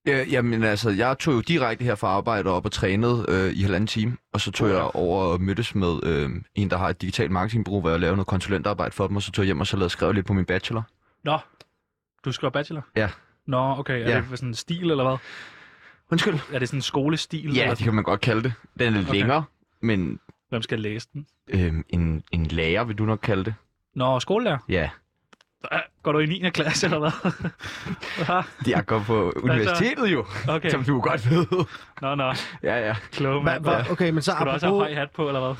Speaker 3: Ja, jamen altså, jeg tog jo direkte her fra arbejde op og trænede øh, i halvanden time, og så tog jeg over og mødtes med øh, en, der har et digitalt marketingbureau, hvor jeg lavede noget konsulentarbejde for dem, og så tog jeg hjem og så lavede skrev lidt på min bachelor.
Speaker 4: Nå, du skriver bachelor?
Speaker 3: Ja.
Speaker 4: Nå, okay. Er
Speaker 3: Ja.
Speaker 4: ja. det sådan en stil, eller hvad?
Speaker 3: Undskyld.
Speaker 4: Er det sådan en skolestil?
Speaker 3: Ja,
Speaker 4: eller
Speaker 3: det kan man godt kalde det. Den er lidt
Speaker 4: Okay.
Speaker 3: okay. længere, men
Speaker 4: Hvem skal læse den?
Speaker 3: øh, en, en lærer vil du nok kalde det.
Speaker 4: Nå, skolelærer?
Speaker 3: Ja,
Speaker 4: Ah, Går du i 9. klasse, eller hvad? Ah,
Speaker 3: det er godt på universitetet jo,
Speaker 4: okay.
Speaker 3: Altså, okay. som du godt ved.
Speaker 4: Nå, nå.
Speaker 3: ja, ja.
Speaker 4: Kloge
Speaker 2: Hva,
Speaker 4: mand. Hva,
Speaker 2: hva, okay, men så
Speaker 4: Skal du også have høj
Speaker 2: apropos,
Speaker 4: hat på, eller hvad?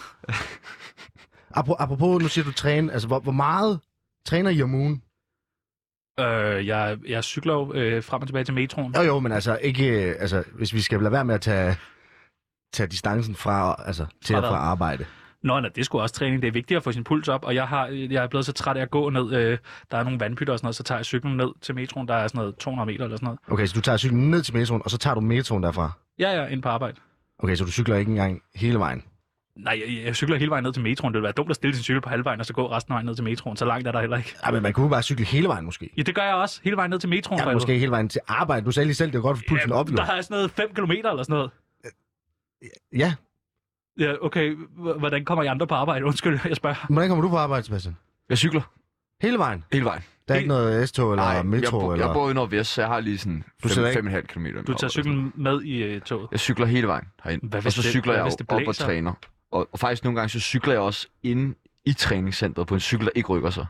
Speaker 2: apropos, apropos, nu siger du træne, altså hvor, hvor meget træner I om ugen?
Speaker 4: Øh, jeg, jeg cykler jo øh, frem og tilbage til metroen.
Speaker 2: Jo jo, men altså ikke, øh, altså hvis vi skal lade være med at tage, tage distancen fra, altså til
Speaker 4: Fra
Speaker 2: og fra
Speaker 4: hvad?
Speaker 2: arbejde.
Speaker 4: Nå, nej, det er sgu også træning. Det er vigtigt at få sin puls op, og jeg, har, jeg er blevet så træt af at gå ned. Øh, der er nogle vandpytter og sådan noget, så tager jeg cyklen ned til metroen. Der er sådan noget 200 meter eller sådan noget.
Speaker 2: Okay, så du tager cyklen ned til metroen, og så tager du metroen derfra.
Speaker 4: Ja, ja, ind på arbejde.
Speaker 2: Okay, så du cykler ikke engang hele vejen.
Speaker 4: Nej, jeg, jeg cykler hele vejen ned til metroen. Det ville være dumt at stille sin cykel på halvvejen, og så gå resten af vejen ned til metroen. Så langt er der heller ikke.
Speaker 2: Ej, men man kunne jo bare cykle hele vejen måske.
Speaker 4: Ja, det gør jeg også. Hele vejen ned til metroen. for
Speaker 2: Ja,
Speaker 4: helvede.
Speaker 2: måske ikke hele vejen til arbejde. Du sagde lige selv, det er godt for pulsen op. jo.
Speaker 4: Der er sådan noget 5 km eller sådan noget.
Speaker 2: Ja,
Speaker 4: Ja, okay. h- Hvordan kommer I andre på arbejde? Undskyld, jeg spørger.
Speaker 2: hvordan kommer du på arbejde, Sebastian?
Speaker 3: Jeg cykler
Speaker 2: Hele vejen?
Speaker 3: hele vejen.
Speaker 2: Der er ikke noget S-tog eller
Speaker 3: Nej,
Speaker 2: metro?
Speaker 3: jeg, bo,
Speaker 2: eller...
Speaker 3: jeg bor i Nordvest, så jeg har lige sådan
Speaker 2: sidder ikke-
Speaker 3: 5,5 km.
Speaker 4: Du tager cyklen med i øh, toget.
Speaker 3: Jeg cykler hele vejen herind.
Speaker 4: Hvad hvis
Speaker 3: og så
Speaker 4: det-
Speaker 3: cykler
Speaker 4: hvad
Speaker 3: jeg
Speaker 4: hvis det
Speaker 3: op og
Speaker 4: blæser?
Speaker 3: træner. Og, og faktisk nogle gange, så cykler jeg også inde i træningscenteret på en cykel, der ikke rykker sig.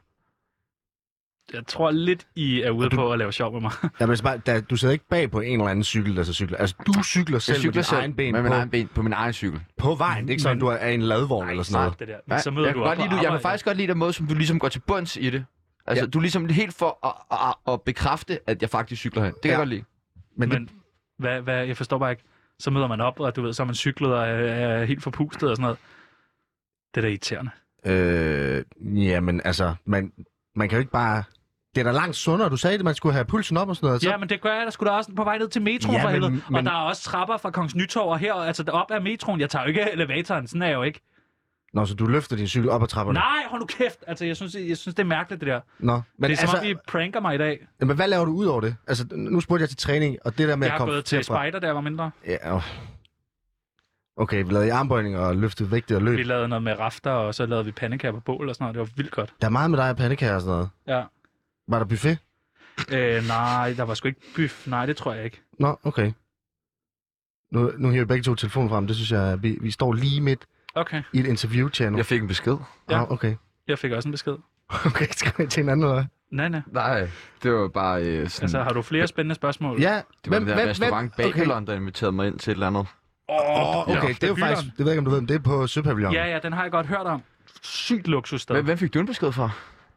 Speaker 4: Jeg tror lidt, I er ude du... på at lave sjov med mig.
Speaker 2: Ja, men altså bare, da, du sidder ikke bag på en eller anden cykel, der så cykler. Altså, du cykler selv
Speaker 3: jeg cykler
Speaker 2: med dine egen ben
Speaker 3: med min
Speaker 2: på,
Speaker 3: egen ben på min egen cykel.
Speaker 2: på vejen. Det er ikke sådan,
Speaker 4: Men-
Speaker 2: du er er i en ladvogn eller sådan noget.
Speaker 4: det der. Men så møder
Speaker 3: jeg,
Speaker 4: du
Speaker 3: kan
Speaker 4: op
Speaker 3: godt
Speaker 4: på
Speaker 3: lide, du, jeg kan
Speaker 4: arbejde.
Speaker 3: faktisk godt lide den måde, som du ligesom går til bunds i det. Altså, du er ligesom helt for at, at, at bekræfte, at jeg faktisk cykler hen. Det kan
Speaker 2: Ja.
Speaker 3: jeg godt lide.
Speaker 2: Men, men... Det,
Speaker 4: Men hvad, hvad, jeg forstår bare ikke. Så møder man op, og du ved, så er man cyklet og er er helt forpustet og sådan noget. Det er da irriterende.
Speaker 2: Øh, jamen, altså, man, man kan jo ikke bare... Det er da langt sundere. Du sagde, at man skulle have pulsen op og sådan noget. Så...
Speaker 4: Ja, men det gør jeg da sgu da også på vej ned til metroen
Speaker 2: Ja,
Speaker 4: ja, for
Speaker 2: men-
Speaker 4: helvede.
Speaker 2: men-
Speaker 4: Og der er også trapper fra Kongens Nytorv og her, altså op af metroen. Jeg tager jo ikke elevatoren, sådan er jeg jo ikke.
Speaker 2: Nå, så du løfter din cykel op ad trapperne.
Speaker 4: Nej, hold nu kæft. Altså, jeg synes, jeg synes det er mærkeligt, det der.
Speaker 2: Nå, men,
Speaker 4: det er
Speaker 2: altså,
Speaker 4: som om, I pranker mig i dag.
Speaker 2: jamen, hvad laver du ud over det? Altså, nu spurgte jeg til træning, og det der med
Speaker 4: Jeg
Speaker 2: at
Speaker 4: har
Speaker 2: komme
Speaker 4: gået til
Speaker 2: derfra-
Speaker 4: spejder, da jeg var mindre.
Speaker 2: Ja, åh. Okay, vi lavede i armbøjning og løftede vægte og løb.
Speaker 4: Vi lavede noget med rafter, og så lavede vi pandekager på bål og sådan noget. Det var vildt godt.
Speaker 2: Der er meget med dig og pandekager og sådan noget.
Speaker 4: Ja.
Speaker 2: Var der buffet?
Speaker 4: Øh, nej, der var sgu ikke byf. Nej, det tror jeg ikke.
Speaker 2: Nå, okay. Nu, nu hiver vi begge to telefonen frem. Det synes jeg, vi, vi står lige midt
Speaker 4: Okay,
Speaker 2: i et interview channel.
Speaker 3: Jeg fik en besked.
Speaker 4: ja.
Speaker 2: Ah, okay.
Speaker 4: jeg fik også en besked.
Speaker 2: Okay, skal vi til hinanden, eller hvad?
Speaker 4: Nej, nej.
Speaker 3: Nej, det var bare øh, sådan...
Speaker 4: Altså, har du flere spændende spørgsmål?
Speaker 2: Ja,
Speaker 3: det var den der restaurant
Speaker 2: okay.
Speaker 3: Babylon, der inviterede mig ind til et eller andet.
Speaker 2: Åh, oh, okay,
Speaker 3: Ja.
Speaker 2: det er jo faktisk, det ved jeg ikke, om du ved, men det er på Søpavillonen.
Speaker 4: Ja, ja, den har jeg godt hørt om. Sygt luksus sted.
Speaker 3: Hvem, hvem fik du en besked fra?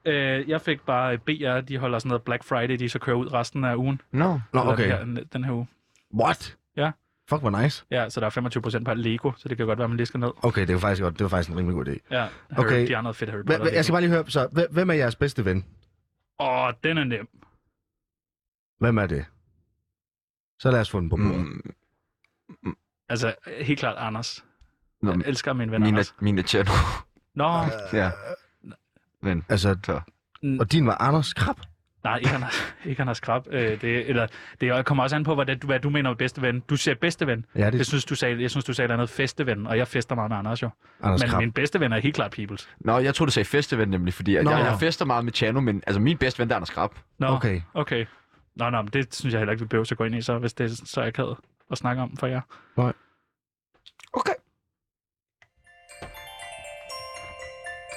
Speaker 4: Øh, jeg fik bare øh, BR, de holder sådan noget Black Friday, de så kører ud resten af ugen.
Speaker 3: Nå. No.
Speaker 2: Nå,
Speaker 4: Eller
Speaker 2: okay.
Speaker 4: Den her, den her uge.
Speaker 2: What?
Speaker 4: Ja.
Speaker 2: Fuck, hvor nice.
Speaker 4: Ja, så der er 25% på alt Lego, så det kan godt være, man lige skal ned.
Speaker 2: Okay, det var faktisk godt. Det var faktisk en rimelig god idé.
Speaker 4: Ja, Harry,
Speaker 2: Okay.
Speaker 4: okay. de har noget fedt Harry
Speaker 2: Hva,
Speaker 4: Potter.
Speaker 2: hva, jeg skal bare lige høre, så hva- hvem er jeres bedste ven?
Speaker 4: Åh, den er nem.
Speaker 2: Hvem er det? Så lad os få den på bordet.
Speaker 3: Mm,
Speaker 4: Altså, helt klart Anders.
Speaker 3: nå,
Speaker 4: Jeg elsker min ven
Speaker 3: mine,
Speaker 4: Anders.
Speaker 3: mine tjern.
Speaker 4: Nå,
Speaker 3: ja. Men,
Speaker 2: Altså,
Speaker 3: så.
Speaker 2: og din var Anders Krab.
Speaker 4: Nej, ikke Anders, ikke Anders Krab. Øh, det, eller, det kommer også an på, hvad, det, hvad du mener om bedste ven. Du siger bedste ven.
Speaker 2: Ja, det-
Speaker 4: Jeg synes, du sagde, jeg synes, du sagde noget andet festeven, og jeg fester meget med Anders jo.
Speaker 2: Anders
Speaker 4: Men
Speaker 2: Krab.
Speaker 4: min bedste ven er helt klart Peoples.
Speaker 3: Nå, jeg tror du sagde festival nemlig, fordi at
Speaker 2: Nå.
Speaker 3: jeg, jeg, fester meget med Tjano, men altså min bedste ven, der er Anders Krab.
Speaker 4: Nå,
Speaker 2: Okay.
Speaker 4: okay. Nå, nå, men det synes jeg heller ikke, vi behøver at gå ind i, så, hvis det er så akavet at snakke om for jer.
Speaker 3: Okay.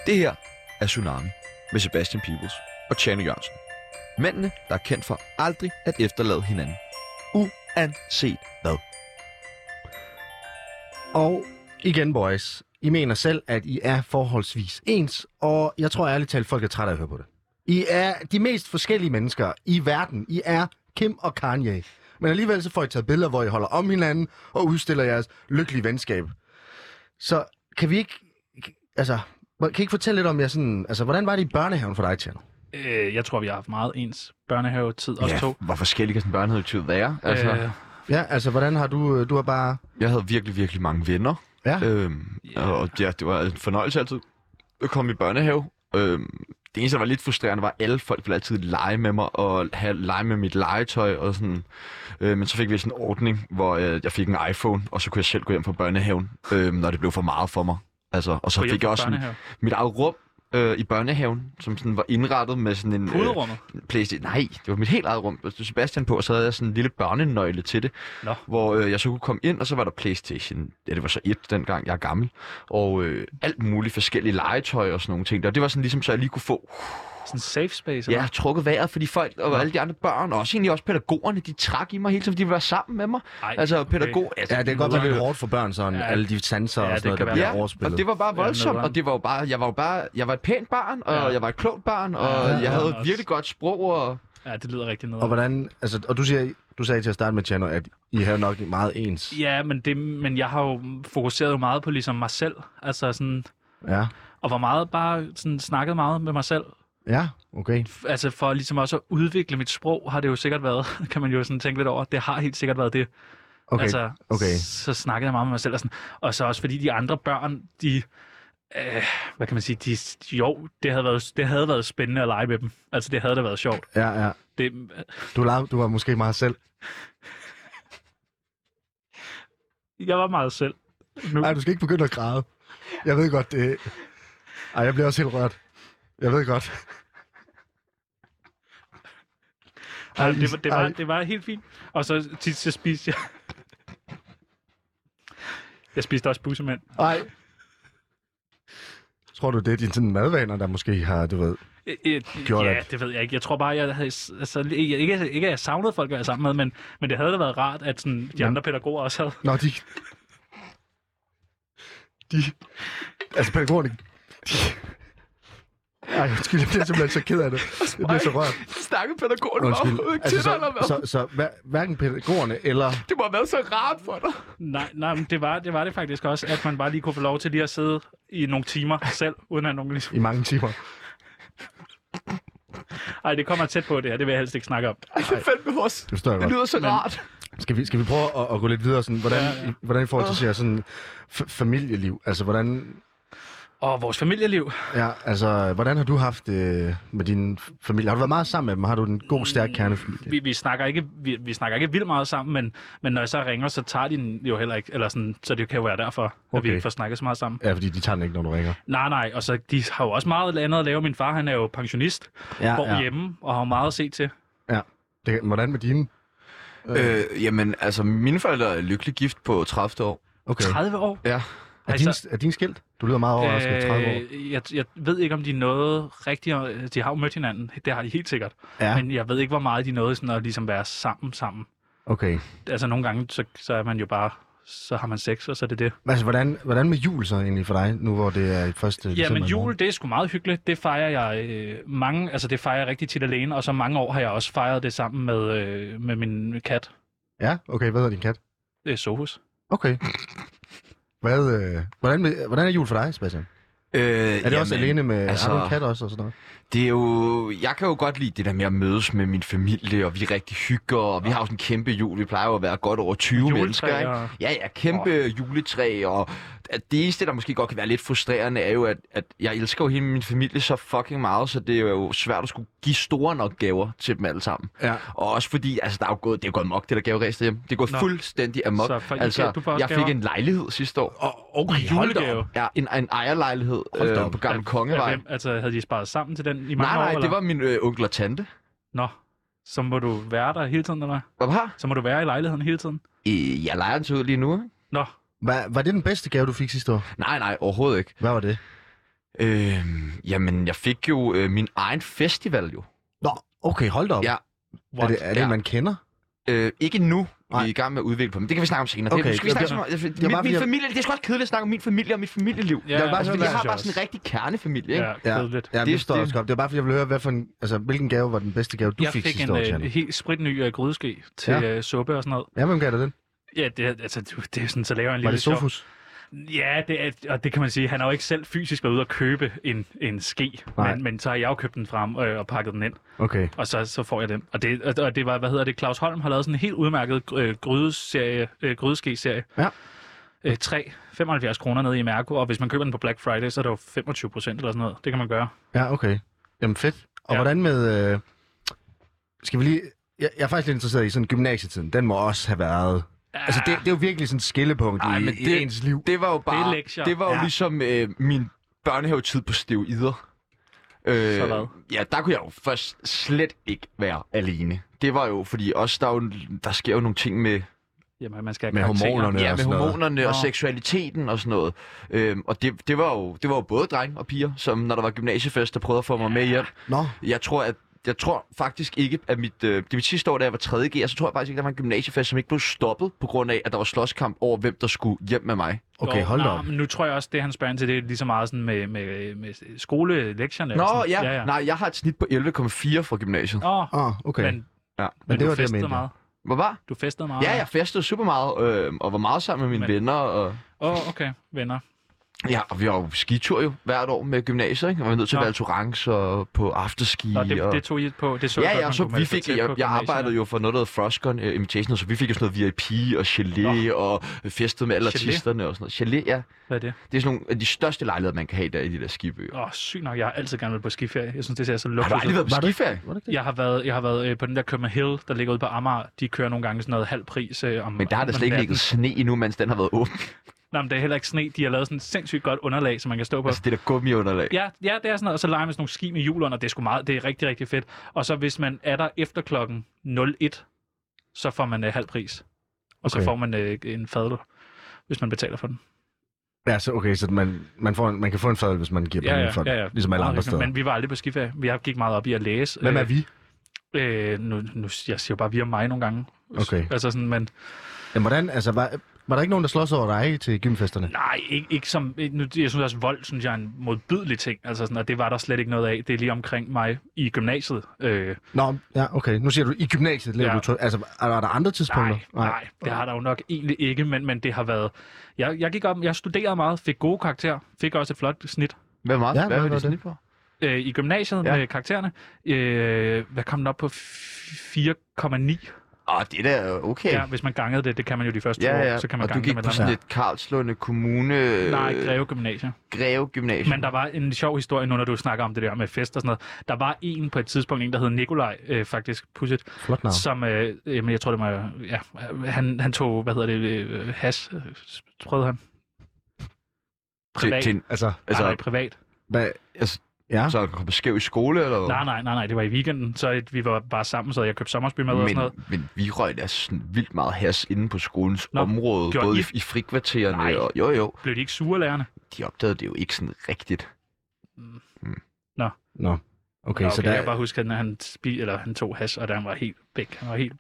Speaker 3: Det her er Tsunami med Sebastian Peebles og Tjano Jørgensen. Mændene, der er kendt for aldrig at efterlade hinanden. Uanset hvad.
Speaker 2: Og igen, boys. I mener selv, at I er forholdsvis ens, og jeg tror ærligt talt, folk er trætte af at høre på det. I er de mest forskellige mennesker i verden. I er Kim og Kanye. Men alligevel så får I taget billeder, hvor I holder om hinanden og udstiller jeres lykkelige venskab. Så kan vi ikke... Altså, kan I ikke fortælle lidt om jer sådan... Altså, hvordan var det i børnehaven for dig, Tjerno?
Speaker 4: Øh, jeg tror, vi har haft meget ens børnehave-tid, os to.
Speaker 3: hvor forskellig kan sådan en børnehavetid være? Altså, øh.
Speaker 4: Øh,
Speaker 2: Ja, altså, hvordan har du... øh, Du har bare...
Speaker 3: Jeg havde virkelig, virkelig mange venner.
Speaker 4: Ah.
Speaker 2: Ja.
Speaker 4: Øh,
Speaker 3: Øhm, yeah. Og ja, det var en fornøjelse altid at komme i børnehave. Øhm, det eneste, der var lidt frustrerende, var, at alle folk ville altid lege med mig og have, lege med mit legetøj. Og sådan. Øh, men så fik vi sådan en ordning, hvor øh, jeg fik en iPhone, og så kunne jeg selv gå hjem fra børnehaven, øh, når det blev for meget for mig. Altså, og så
Speaker 4: Gå hjem
Speaker 3: fik
Speaker 4: fra
Speaker 3: jeg også sådan,
Speaker 4: børnehave?
Speaker 3: mit eget rum øh, i børnehaven, som sådan var indrettet med sådan en... Øh,
Speaker 4: Puderummet?
Speaker 3: Playstation. Nej, det var mit helt eget rum. Der stod Sebastian på, og så havde jeg sådan en lille børnenøgle til det.
Speaker 4: Nå.
Speaker 3: Hvor øh, jeg så kunne komme ind, og så var der Playstation. Ja, det var så et dengang, jeg er gammel. Og øh, alt muligt forskellige legetøj og sådan nogle ting. Og det var sådan ligesom, så jeg lige kunne få
Speaker 4: Sådan en safe space?
Speaker 3: ja, trukket vejret, fordi folk og alle de andre børn, og også egentlig også pædagogerne, de trak i mig hele tiden, fordi de ville være sammen med mig.
Speaker 4: Ej,
Speaker 3: altså
Speaker 4: okay.
Speaker 3: pædagog... Altså,
Speaker 2: Ja, det kan godt
Speaker 3: de
Speaker 2: være lidt
Speaker 3: var-
Speaker 2: hårdt for børn, sådan
Speaker 4: Ja.
Speaker 2: alle de sanser
Speaker 4: Ja,
Speaker 2: og
Speaker 4: det
Speaker 2: sådan noget,
Speaker 4: kan
Speaker 2: der
Speaker 4: være.
Speaker 2: bliver
Speaker 3: Ja,
Speaker 2: overspillet.
Speaker 3: og det var bare
Speaker 4: Ja,
Speaker 3: voldsomt,
Speaker 4: nederen.
Speaker 3: og det var jo bare, jeg var jo bare, jeg var et pænt barn, og
Speaker 4: Ja.
Speaker 3: jeg var et klogt barn, og
Speaker 4: Ja,
Speaker 3: jeg havde
Speaker 4: også.
Speaker 3: et virkelig godt sprog, og
Speaker 4: Ja, det lyder rigtig noget.
Speaker 2: Og hvordan, altså, og du, siger, du sagde til at starte med, Tjerno, at I har jo nok meget ens.
Speaker 4: Ja, men, det, men jeg har jo fokuseret jo meget på ligesom mig selv, altså sådan,
Speaker 2: Ja.
Speaker 4: og var meget bare sådan snakket meget med mig selv.
Speaker 2: Ja, okay.
Speaker 4: F- Altså for ligesom også at udvikle mit sprog, har det jo sikkert været, kan man jo sådan tænke lidt over, det har helt sikkert været det.
Speaker 2: Okay,
Speaker 4: altså,
Speaker 2: okay.
Speaker 4: Så snakkede jeg meget med mig selv, og, sådan, og så også fordi de andre børn, de, øh, hvad kan man sige, de, jo, det havde, været, det havde været spændende at lege med dem. Altså det havde da været sjovt.
Speaker 2: Ja, ja.
Speaker 4: Det,
Speaker 2: Du, lavede, du var måske meget selv.
Speaker 4: jeg var meget selv. Nu.
Speaker 2: Nej, du skal ikke begynde at græde. Jeg ved godt, det... Ej, jeg bliver også helt rørt. Jeg ved godt.
Speaker 4: Ej, Altså, det, var, det, var,
Speaker 2: Ej.
Speaker 4: det var helt fint. Og så tit så spiste jeg... Jeg spiste også bussemænd.
Speaker 2: Ej. Tror du, det er dine sådan, madvaner, der måske har, du ved...
Speaker 4: Øh, øh,
Speaker 2: Gjorde
Speaker 4: Ja,
Speaker 2: det.
Speaker 4: det ved jeg ikke. Jeg tror bare, jeg havde... Altså, jeg- ikke, ikke at jeg savnede folk at være sammen med, men, men det havde da været rart, at sådan, de andre pædagoger også havde...
Speaker 2: Nå, de... De... Altså, pædagogerne... De... Ej, undskyld, jeg bliver simpelthen så ked af det. Jeg bliver så rørt.
Speaker 3: snakkede pædagogen bare overhovedet
Speaker 2: Undskyld.
Speaker 4: Altså,
Speaker 2: Altså,
Speaker 3: ikke til dig, eller
Speaker 2: så,
Speaker 3: hvad?
Speaker 2: så, så hver, hverken pædagogerne eller...
Speaker 3: Det må have været så rart for dig.
Speaker 4: Nej, nej men det var, det var det faktisk også, at man bare lige kunne få lov til lige at sidde i nogle timer selv, uden at nogen ligesom...
Speaker 2: I mange timer.
Speaker 4: Ej, det kommer tæt på det her. Det vil jeg helst ikke snakke om.
Speaker 3: Ej, det fandt mig også.
Speaker 2: Det forstår jeg godt.
Speaker 3: lyder så rart.
Speaker 2: Skal vi, skal vi prøve at, at gå lidt videre? Sådan, hvordan,
Speaker 4: Ja,
Speaker 2: ja,
Speaker 4: ja.
Speaker 2: ja. hvordan i forhold til siger, sådan, f- familieliv? Altså, hvordan,
Speaker 4: Og vores familieliv.
Speaker 2: ja, altså, hvordan har du haft øh, med din f- familie? Har du været meget sammen med dem? Har du en god, stærk kernefamilie?
Speaker 4: vi, vi, snakker ikke, vi, vi snakker ikke vildt meget sammen, men, men når jeg så ringer, så tager de den jo heller ikke. Eller sådan, så det kan jo være derfor, at vi
Speaker 2: Okay.
Speaker 4: ikke får snakket så meget sammen.
Speaker 2: Ja, fordi de tager den ikke, når du ringer.
Speaker 4: Nej, nej, og så de har jo også meget andet at lave. Min far, han er jo pensionist,
Speaker 2: Ja,
Speaker 4: bor
Speaker 2: ja.
Speaker 4: hjemme og har jo meget at se til.
Speaker 2: Ja. Det, hvordan med dine?
Speaker 3: Øh, jamen, altså, mine forældre er lykkeligt gift på 30 år.
Speaker 2: Okay.
Speaker 4: 30 år?
Speaker 3: Ja.
Speaker 2: Er, din, er din skilt? Du lyder meget overrasket. Øh, 30 år.
Speaker 4: altså- øh, jeg, jeg ved ikke, om de nåede rigtigt. at- øh, De har jo mødt hinanden, det har de helt sikkert.
Speaker 2: Ja.
Speaker 4: Men jeg ved ikke, hvor meget de nåede sådan at ligesom være sammen sammen.
Speaker 2: Okay.
Speaker 4: Altså nogle gange, så, så er man jo bare så har man sex, og så er det det.
Speaker 2: Altså, hvordan, hvordan med jul så egentlig for dig, nu hvor det er første
Speaker 4: Ja,
Speaker 2: december
Speaker 4: men
Speaker 2: i morgen?
Speaker 4: jul, det er sgu meget hyggeligt. Det fejrer jeg øh, mange, altså det fejrer jeg rigtig tit alene, og så mange år har jeg også fejret det sammen med, øh, med min kat,
Speaker 2: Ja, okay. Hvad hedder din kat?
Speaker 4: øh, Sohus.
Speaker 2: Okay. Hvad, øh, hvordan, med, hvordan er jul for dig, Sebastian?
Speaker 3: Øh,
Speaker 2: Er det også alene med altså... har du en kat også og sådan noget?
Speaker 3: Det er jo... Jeg kan jo godt lide det der med at mødes med min familie, og vi er rigtig hygger, og vi har jo sådan en kæmpe jul. Vi plejer jo at være godt over 20
Speaker 4: Juletræ
Speaker 3: mennesker, ikke?
Speaker 4: og-
Speaker 3: Ja, ja, kæmpe oh. juletræ, og at det eneste, der måske godt kan være lidt frustrerende, er jo, at, at jeg elsker jo hele min familie så fucking meget, så det er jo svært at skulle give store nok gaver til dem alle sammen.
Speaker 2: Ja.
Speaker 3: Og også fordi, altså, der er jo gået, det er jo gået mok, det der gaveræs derhjemme. Det er gået
Speaker 4: Nå.
Speaker 3: Nå. fuldstændig amok.
Speaker 4: Så for- I gav- du
Speaker 3: altså,
Speaker 4: får også
Speaker 3: jeg fik
Speaker 4: gaver?
Speaker 3: en lejlighed sidste år.
Speaker 2: Og, okay,
Speaker 4: Ej,
Speaker 2: hold da
Speaker 4: julegave.
Speaker 2: op.
Speaker 3: Ja, en, en ejerlejlighed
Speaker 2: Hold da
Speaker 3: øh,
Speaker 2: op.
Speaker 3: på Gamle Kongevej.
Speaker 4: Ja, hvem- Altså, havde de sparet sammen til den i mange
Speaker 3: Nej,
Speaker 4: år?
Speaker 3: nej,
Speaker 4: eller?
Speaker 3: det var min øh, onkel og tante.
Speaker 4: Nå, så må du være der hele tiden, eller hvad?
Speaker 3: Hvad har?
Speaker 4: Så må du være i lejligheden hele tiden?
Speaker 3: Øh, jeg leger den så ud lige nu. ikke?
Speaker 4: Nå,
Speaker 2: Hva, var det den bedste gave, du fik sidste år?
Speaker 3: Nej, nej, overhovedet ikke.
Speaker 2: Hvad var det?
Speaker 3: Øh, jamen, jeg fik jo øh, min egen festival jo.
Speaker 2: Nå, okay, hold da op.
Speaker 3: Ja,
Speaker 2: er det, er det
Speaker 3: Ja.
Speaker 2: en, man kender?
Speaker 3: Øh, ikke nu.
Speaker 2: Nej.
Speaker 3: Vi er i gang med at udvikle på, men det kan vi snakke om senere.
Speaker 2: Okay,
Speaker 3: det, nu skal vi
Speaker 2: jeg bliver-
Speaker 3: snakke om, altså, min,
Speaker 2: bare fordi,
Speaker 3: min
Speaker 2: jeg-
Speaker 3: familie, det er sgu også kedeligt at snakke om min familie og mit familieliv. Ja,
Speaker 4: ja,
Speaker 2: vil bare
Speaker 3: altså,
Speaker 2: høre,
Speaker 3: fordi
Speaker 2: hvad-
Speaker 3: jeg har bare sådan en rigtig kernefamilie, ikke? Ja.
Speaker 4: Ja, kedeligt.
Speaker 2: Ja,
Speaker 3: Det-
Speaker 2: det står
Speaker 3: det-
Speaker 2: også godt. Det var bare, fordi jeg ville høre, hvad for en, altså, hvilken gave var den bedste gave, du
Speaker 4: jeg
Speaker 2: fik,
Speaker 4: fik,
Speaker 2: sidste år,
Speaker 4: en
Speaker 2: Tjerno?
Speaker 4: øh, helt spritny øh, grydeske til
Speaker 2: Ja.
Speaker 4: ja. øh, suppe og sådan noget.
Speaker 2: Ja, hvem gav dig den?
Speaker 4: Ja, det, er- altså, det, det er sådan, så laver jeg en
Speaker 2: Var
Speaker 4: lille
Speaker 2: det
Speaker 4: sjov-
Speaker 2: Sofus?
Speaker 4: Ja, det er, og det kan man sige. Han har jo ikke selv fysisk været ude og købe en, en ske,
Speaker 2: Nej.
Speaker 4: men, men så har jeg jo købt den frem øh, og pakket den ind,
Speaker 2: Okay.
Speaker 4: og så, så får jeg den. Og det, og- og det var, hvad hedder det, Claus Holm har lavet sådan en helt udmærket øh, grydeserie, øh, grydeske-serie.
Speaker 2: Ja.
Speaker 4: Øh, 3, 75 kroner nede i Mærko, og hvis man køber den på Black Friday, så er det jo 25 procent eller sådan noget. Det kan man gøre.
Speaker 2: Ja, okay. Jamen fedt. Og
Speaker 4: Ja.
Speaker 2: ja. hvordan med... Øh, skal vi lige... Jeg, jeg er faktisk lidt interesseret i sådan gymnasietiden. Den må også have været... Ja. Altså, det, det er jo virkelig sådan et skillepunkt
Speaker 3: Ej,
Speaker 2: Ej, i,
Speaker 3: men
Speaker 2: men
Speaker 3: det-
Speaker 2: i ens liv.
Speaker 3: Det var jo bare...
Speaker 4: lektier.
Speaker 3: det var jo
Speaker 2: Ja.
Speaker 3: ligesom øh, min børnehavetid på steroider. Øh,
Speaker 4: Så hvad?
Speaker 3: Ja, der kunne jeg jo først slet ikke være alene. Det var jo, fordi også der, er jo, der sker jo nogle ting med,
Speaker 4: Ah, Jamen, man skal have
Speaker 2: Med
Speaker 4: karakterer.
Speaker 2: hormonerne.
Speaker 3: ja,
Speaker 2: og
Speaker 3: med
Speaker 2: sådan noget.
Speaker 3: hormonerne og
Speaker 4: Nå.
Speaker 3: seksualiteten og sådan noget. Øhm, og det, det, var jo, det var jo både drenge og piger, som når der var gymnasiefest, der prøvede at få mig med hjem.
Speaker 2: Nå,
Speaker 3: Jeg tror, at jeg tror faktisk ikke, at mit, øh, det var mit sidste år, da jeg var 3.G, så tror jeg faktisk ikke, at der var en gymnasiefest, som ikke blev stoppet på grund af, at der var slåskamp over, hvem der skulle hjem med mig.
Speaker 2: okay,
Speaker 4: Jo,
Speaker 2: hold da
Speaker 4: nej,
Speaker 2: op.
Speaker 4: men Nu tror jeg også, det han spørger ind til, det er lige så meget sådan med, med, med skolelektierne. og
Speaker 3: Nå,
Speaker 4: sådan.
Speaker 3: ja. ja. Nej, jeg har et snit på 11,4 fra gymnasiet.
Speaker 4: Nå,
Speaker 2: Ah, okay.
Speaker 4: men,
Speaker 2: Men,
Speaker 3: Ja.
Speaker 4: men,
Speaker 2: det
Speaker 4: du
Speaker 2: var det, jeg
Speaker 4: festede
Speaker 2: mente.
Speaker 4: meget.
Speaker 3: Hvor var?
Speaker 4: Du festede meget.
Speaker 3: Ja, jeg festede super meget, øh, og var meget sammen med mine
Speaker 4: Ah. Men-
Speaker 3: Men... venner. Og...
Speaker 4: Åh, oh, okay, venner.
Speaker 3: Ja, og vi var jo skitur jo hvert år med gymnasiet, ikke? Og vi var nødt til
Speaker 4: Nå.
Speaker 3: at være Torrance og på afterski.
Speaker 4: Nå, det,
Speaker 3: og...
Speaker 4: det tog I på. Det så jeg
Speaker 3: Ja,
Speaker 4: godt,
Speaker 3: ja,
Speaker 4: man
Speaker 3: så
Speaker 4: kunne melde
Speaker 3: vi
Speaker 4: sig
Speaker 3: fik,
Speaker 4: til på
Speaker 3: jeg, jeg
Speaker 4: gymnasierne.
Speaker 3: arbejdede jo for noget, der hedder Frostgun uh, Imitation, så vi fik jo sådan noget VIP og gelé og festet med alle
Speaker 4: Gelé?
Speaker 3: artisterne og sådan noget. Gelé, ja.
Speaker 4: Hvad er det?
Speaker 3: Det er sådan nogle af de største lejligheder, man kan have der i de der skibøer.
Speaker 4: Åh, oh, sygt nok. Jeg har altid gerne været på skiferie. Jeg synes, det ser så
Speaker 3: Har du
Speaker 4: lukket
Speaker 3: aldrig
Speaker 4: ud.
Speaker 3: været på skiferie?
Speaker 2: Var det ikke det?
Speaker 4: Jeg har været, jeg har været øh, på den der København Hill, der ligger ude på Amager. De kører nogle gange sådan noget halv pris. Øh, om,
Speaker 3: Men der har
Speaker 4: om
Speaker 3: der slet ikke
Speaker 4: natten.
Speaker 3: ligget sne endnu, mens den har været åben.
Speaker 4: Nej, men det er heller ikke sne. De har lavet sådan et sindssygt godt underlag, som man kan stå på.
Speaker 3: Altså det der gummiunderlag.
Speaker 4: Ja, ja, det er sådan noget, og så leger man sådan nogle ski med hjul under, det er sgu meget, det er rigtig, rigtig fedt. Og så hvis man er der efter klokken 01, så får man øh, halv pris. Og okay.
Speaker 2: Okay.
Speaker 4: så får man øh, en fadel, hvis man betaler for den.
Speaker 2: Ja, så okay, så man, man, får en, man kan få en fadøl, hvis man giver penge for det. Ligesom alle
Speaker 4: Meget
Speaker 2: andre
Speaker 4: hyggeligt,
Speaker 2: steder.
Speaker 4: Men vi var aldrig på skiferie. Vi har gik meget op i at læse.
Speaker 2: Hvem er vi?
Speaker 4: Øh, nu, nu, jeg siger jo bare, vi og mig nogle gange.
Speaker 2: Okay.
Speaker 4: Altså sådan, men
Speaker 2: Jamen, hvordan, altså, var, var der ikke nogen, der slås over dig til gymfesterne?
Speaker 4: nej, ikke, ikke som... ikke- Nu, jeg synes også, vold, synes jeg er en modbydelig ting. Altså sådan, og det var der slet ikke noget af. Det er lige omkring mig i gymnasiet. Øh,
Speaker 2: Nå, ja, okay. Nu siger du, i gymnasiet lever
Speaker 4: Ja.
Speaker 2: ja. du tryk. Altså, er der, er der andre tidspunkter?
Speaker 4: Nej, nej, det har der jo nok egentlig ikke, men, men det har været... Jeg, jeg gik op, jeg studerede meget, fik gode karakterer, fik også et flot snit
Speaker 3: Hvad meget?
Speaker 2: Ja,
Speaker 3: hvad
Speaker 2: hvad
Speaker 3: var
Speaker 2: var
Speaker 3: det
Speaker 2: det?
Speaker 3: snit på?
Speaker 4: øh, i gymnasiet ja.
Speaker 3: Ja.
Speaker 4: med karaktererne. Øh, hvad kom den op på? F- 4,9.
Speaker 3: Åh, det der er da okay.
Speaker 4: Ja, hvis man gangede det, det kan man jo de første
Speaker 3: Ja,
Speaker 4: to
Speaker 3: ja.
Speaker 4: år, så kan man
Speaker 3: og du
Speaker 4: gange
Speaker 3: gik
Speaker 4: det
Speaker 3: på
Speaker 4: med
Speaker 3: sådan
Speaker 4: noget.
Speaker 3: et Karlslunde Kommune...
Speaker 4: Nej,
Speaker 3: øh,
Speaker 4: Greve Gymnasium.
Speaker 3: Greve Gymnasium.
Speaker 4: Men der var en sjov historie nu, når du snakker om det der med fest og sådan noget. Der var en på et tidspunkt, en der hed Nikolaj, øh, faktisk, pudset,
Speaker 2: Flot navn.
Speaker 4: som, øh, øh, men jeg tror det var, ja, han, han tog, hvad hedder det, øh, has, øh, prøvede han.
Speaker 3: til,
Speaker 4: Privat.
Speaker 3: til, en-
Speaker 2: Altså,
Speaker 4: Altså, nej,
Speaker 3: altså,
Speaker 4: privat.
Speaker 2: hvad,
Speaker 3: altså,
Speaker 2: ja.
Speaker 3: så kom skæv i skole, eller hvad?
Speaker 4: Nej, nej, nej, nej, det var i weekenden, så øh, vi var bare sammen, så jeg købte sommersby med og
Speaker 3: Men,
Speaker 4: sådan noget.
Speaker 3: men vi røg da sådan vildt meget has inde på skolens
Speaker 4: Nå,
Speaker 3: Nå, område,
Speaker 4: gjorde
Speaker 3: både
Speaker 4: I?
Speaker 3: i, i frikvartererne
Speaker 4: Nej.
Speaker 3: og... Jo, jo,
Speaker 4: Blev de ikke sure, lærerne?
Speaker 3: de opdagede det jo ikke sådan rigtigt.
Speaker 2: Nå, okay,
Speaker 4: Nå,
Speaker 2: okay så
Speaker 4: okay, jeg
Speaker 2: der,
Speaker 4: kan bare huske, at når han, spi, eller han tog has, og der han var helt væk. Han var helt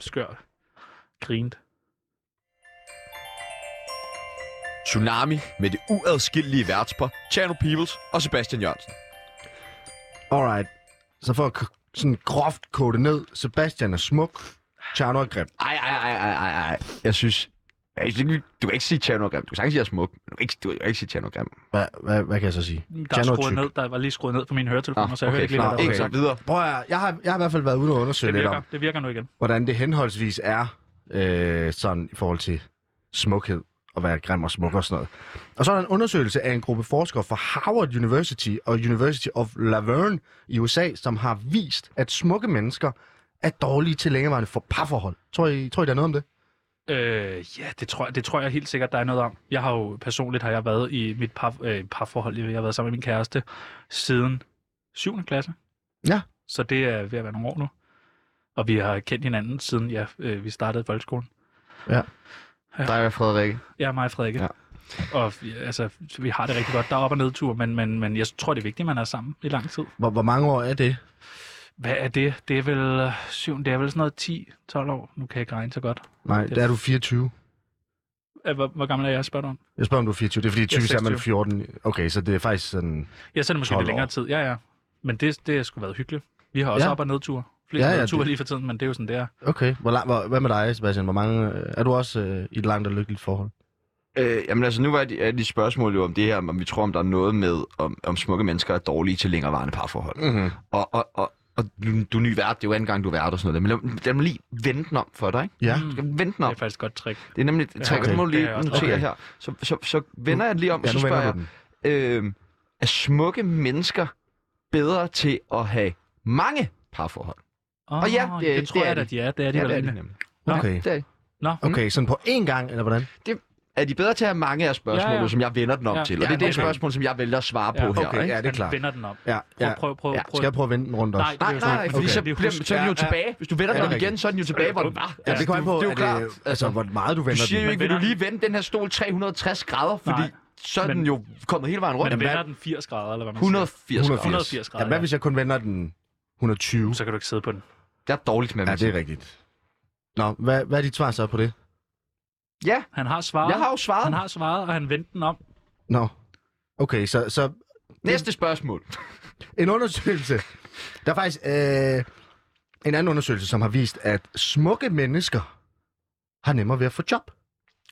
Speaker 4: skør. Grint.
Speaker 1: Tsunami med det uadskillelige værtspar, Chano Peoples og Sebastian Jørgensen.
Speaker 2: Alright. Så for at k- sådan groft kode ned, Sebastian er smuk, Tjerno er grim.
Speaker 3: Ej, ej, ej, ej, ej, ej. Jeg synes... Jeg synes ikke, du kan ikke sige Tjernogram. Du kan sagtens sige, jeg er smuk, men du kan ikke, du kan ikke sige Tjernogram.
Speaker 2: Hvad, hvad, hvad kan jeg så sige?
Speaker 4: Der, er skruet ned, der var lige skruet ned på mine høretelefoner, så jeg hørte ikke lige,
Speaker 2: klar.
Speaker 4: hvad der
Speaker 2: Okay.
Speaker 3: Ah, Ikke så videre.
Speaker 2: Prøv at, høre, jeg har, jeg har i hvert fald været ude og
Speaker 4: var.
Speaker 2: undersøge
Speaker 4: det
Speaker 2: lidt
Speaker 4: virker,
Speaker 2: om,
Speaker 4: det virker nu igen.
Speaker 2: hvordan det henholdsvis er øh, sådan i forhold til smukhed at være grim og smuk og sådan noget. Og så er der en undersøgelse af en gruppe forskere fra Harvard University og University of Laverne i USA, som har vist, at smukke mennesker er dårlige til længerevarende for parforhold. Tror I, tror I, der er noget om det?
Speaker 4: Øh, ja, det tror, jeg, det tror jeg helt sikkert, der er noget om. Jeg har jo personligt har jeg været i mit par, øh, parforhold, jeg har været sammen med min kæreste, siden 7. klasse.
Speaker 2: Ja.
Speaker 4: Så det er ved at være nogle år nu. Og vi har kendt hinanden, siden ja, øh, vi startede i folkeskolen.
Speaker 3: Dig og Frederik.
Speaker 4: Jeg er mig og Frederikke.
Speaker 3: Ja.
Speaker 4: Og vi- altså, vi har det rigtig godt. Der er op- og nedtur, men, men, men jeg tror, det er vigtigt, at man er sammen i lang tid.
Speaker 2: Hvor, hvor mange år er det?
Speaker 4: Hvad er det? Det er vel, øh, syv, det er vel sådan noget 10-12 år. Nu kan jeg ikke regne så godt.
Speaker 2: Nej,
Speaker 4: Det-
Speaker 2: der er du 24.
Speaker 4: Øh, Hvor, hvor gammel er jeg, spørger du om?
Speaker 2: Jeg spørger, om du er 24. Det er fordi,
Speaker 4: Jeg er
Speaker 2: typisk er man
Speaker 4: 26.
Speaker 2: 14. Okay, så det er faktisk sådan...
Speaker 4: Ja, så er det måske
Speaker 2: 12
Speaker 4: lidt
Speaker 2: år.
Speaker 4: længere tid. Ja, ja. Men det, det har sgu været hyggeligt. Vi har også
Speaker 2: Ja.
Speaker 4: ja. op- og nedture. Flere
Speaker 2: Ja,
Speaker 4: ja,
Speaker 2: ja,
Speaker 4: ja, nedture
Speaker 2: det-
Speaker 4: lige for tiden, men det er jo sådan, det er.
Speaker 2: Okay, hvor, lang- hvor, hvad med dig, Sebastian? Hvor mange, øh, er du også øh, i et langt og lykkeligt forhold?
Speaker 3: Øh, jamen altså, nu var de, er de spørgsmål jo om det her, om vi tror, om der er noget med, om, om smukke mennesker er dårlige til længerevarende parforhold.
Speaker 2: Mm-hmm.
Speaker 3: Og, og, og, og du, du er ny vært, det er jo anden gang, du er vært og sådan noget. der. Men lad, lad mig lige vente den om for dig, ikke?
Speaker 2: Ja.
Speaker 4: Mm.
Speaker 3: Jeg skal vente den
Speaker 4: Det
Speaker 3: om.
Speaker 4: er faktisk et godt trick.
Speaker 3: Det er nemlig et trick,
Speaker 4: okay.
Speaker 3: og det må du
Speaker 4: Det er
Speaker 3: lige
Speaker 4: også
Speaker 3: notere
Speaker 2: okay.
Speaker 3: her. Så, så, så vender jeg lige om, og
Speaker 2: Ja,
Speaker 3: så
Speaker 2: nu
Speaker 3: spørger
Speaker 2: vender
Speaker 3: jeg,
Speaker 2: du den.
Speaker 3: øh, er smukke mennesker bedre til at have mange parforhold?
Speaker 4: Oh,
Speaker 3: Og ja, det-
Speaker 4: det,
Speaker 3: det
Speaker 4: tror
Speaker 3: er
Speaker 4: jeg
Speaker 3: de.
Speaker 4: da, de er. Det er de ja, vel. egentlig.
Speaker 3: nemlig.
Speaker 4: Nå.
Speaker 2: Okay.
Speaker 3: Det er, de.
Speaker 4: Nå, okay.
Speaker 2: Okay, sådan på én gang, eller hvordan?
Speaker 3: er de bedre til at have mange af spørgsmålene,
Speaker 4: Ja,
Speaker 3: ja,
Speaker 4: ja.
Speaker 3: ja. som jeg vender den om
Speaker 4: Ja.
Speaker 3: ja. til? Og
Speaker 4: Ja,
Speaker 3: det er det
Speaker 4: okay.
Speaker 3: spørgsmål, som jeg vælger at svare
Speaker 4: Ja,
Speaker 3: på her,
Speaker 2: okay,
Speaker 3: ikke?
Speaker 2: ja, det er
Speaker 4: han
Speaker 2: klart.
Speaker 4: vender den op.
Speaker 2: Ja,
Speaker 4: Prøv,
Speaker 2: ja.
Speaker 4: prøv, prøv, prøv.
Speaker 3: Ja,
Speaker 4: prøv.
Speaker 2: Skal jeg prøve at vende den rundt også?
Speaker 4: Nej, det er
Speaker 3: Nej,
Speaker 4: jo
Speaker 3: nej,
Speaker 4: sådan-
Speaker 3: fordi
Speaker 4: okay.
Speaker 3: så,
Speaker 4: Det er jo
Speaker 3: bliver,
Speaker 4: husk-
Speaker 3: så er den jo
Speaker 2: Ja, ja.
Speaker 3: tilbage. Hvis du vender
Speaker 2: Ja,
Speaker 3: den
Speaker 2: det
Speaker 3: om
Speaker 2: er
Speaker 3: igen, så er den jo tilbage, hvor den var.
Speaker 2: Ja, det kommer an
Speaker 3: du-
Speaker 2: på,
Speaker 3: det er jo
Speaker 2: at,
Speaker 3: klart.
Speaker 2: øh, altså, hvor meget du
Speaker 3: Du
Speaker 2: vender
Speaker 3: siger jo
Speaker 2: den.
Speaker 3: ikke, vil du
Speaker 4: vender
Speaker 3: lige vende den her stol 360 grader, fordi
Speaker 4: Nej.
Speaker 3: så er den
Speaker 4: Men-
Speaker 3: jo kommet hele vejen rundt.
Speaker 4: Men
Speaker 3: Jamen,
Speaker 4: vender den 80 grader, eller hvad man
Speaker 3: 180 grader.
Speaker 4: 180 grader,
Speaker 2: Ja, hvad
Speaker 4: ja.
Speaker 2: hvis jeg kun vender den 120?
Speaker 4: siger. Så kan du ikke sidde på den.
Speaker 3: Jeg er dårligt med
Speaker 2: Ja,
Speaker 3: mig.
Speaker 2: det er rigtigt. Nå, hvad, hvad er dit svar så på det?
Speaker 3: Ja,
Speaker 4: Han har svaret.
Speaker 3: jeg har jo svaret.
Speaker 4: Han har svaret, og han vendte den om.
Speaker 2: Nå, okay, så, så
Speaker 3: Næste spørgsmål.
Speaker 2: en undersøgelse. Der er faktisk øh, en anden undersøgelse, som har vist, at smukke mennesker har nemmere ved at få job.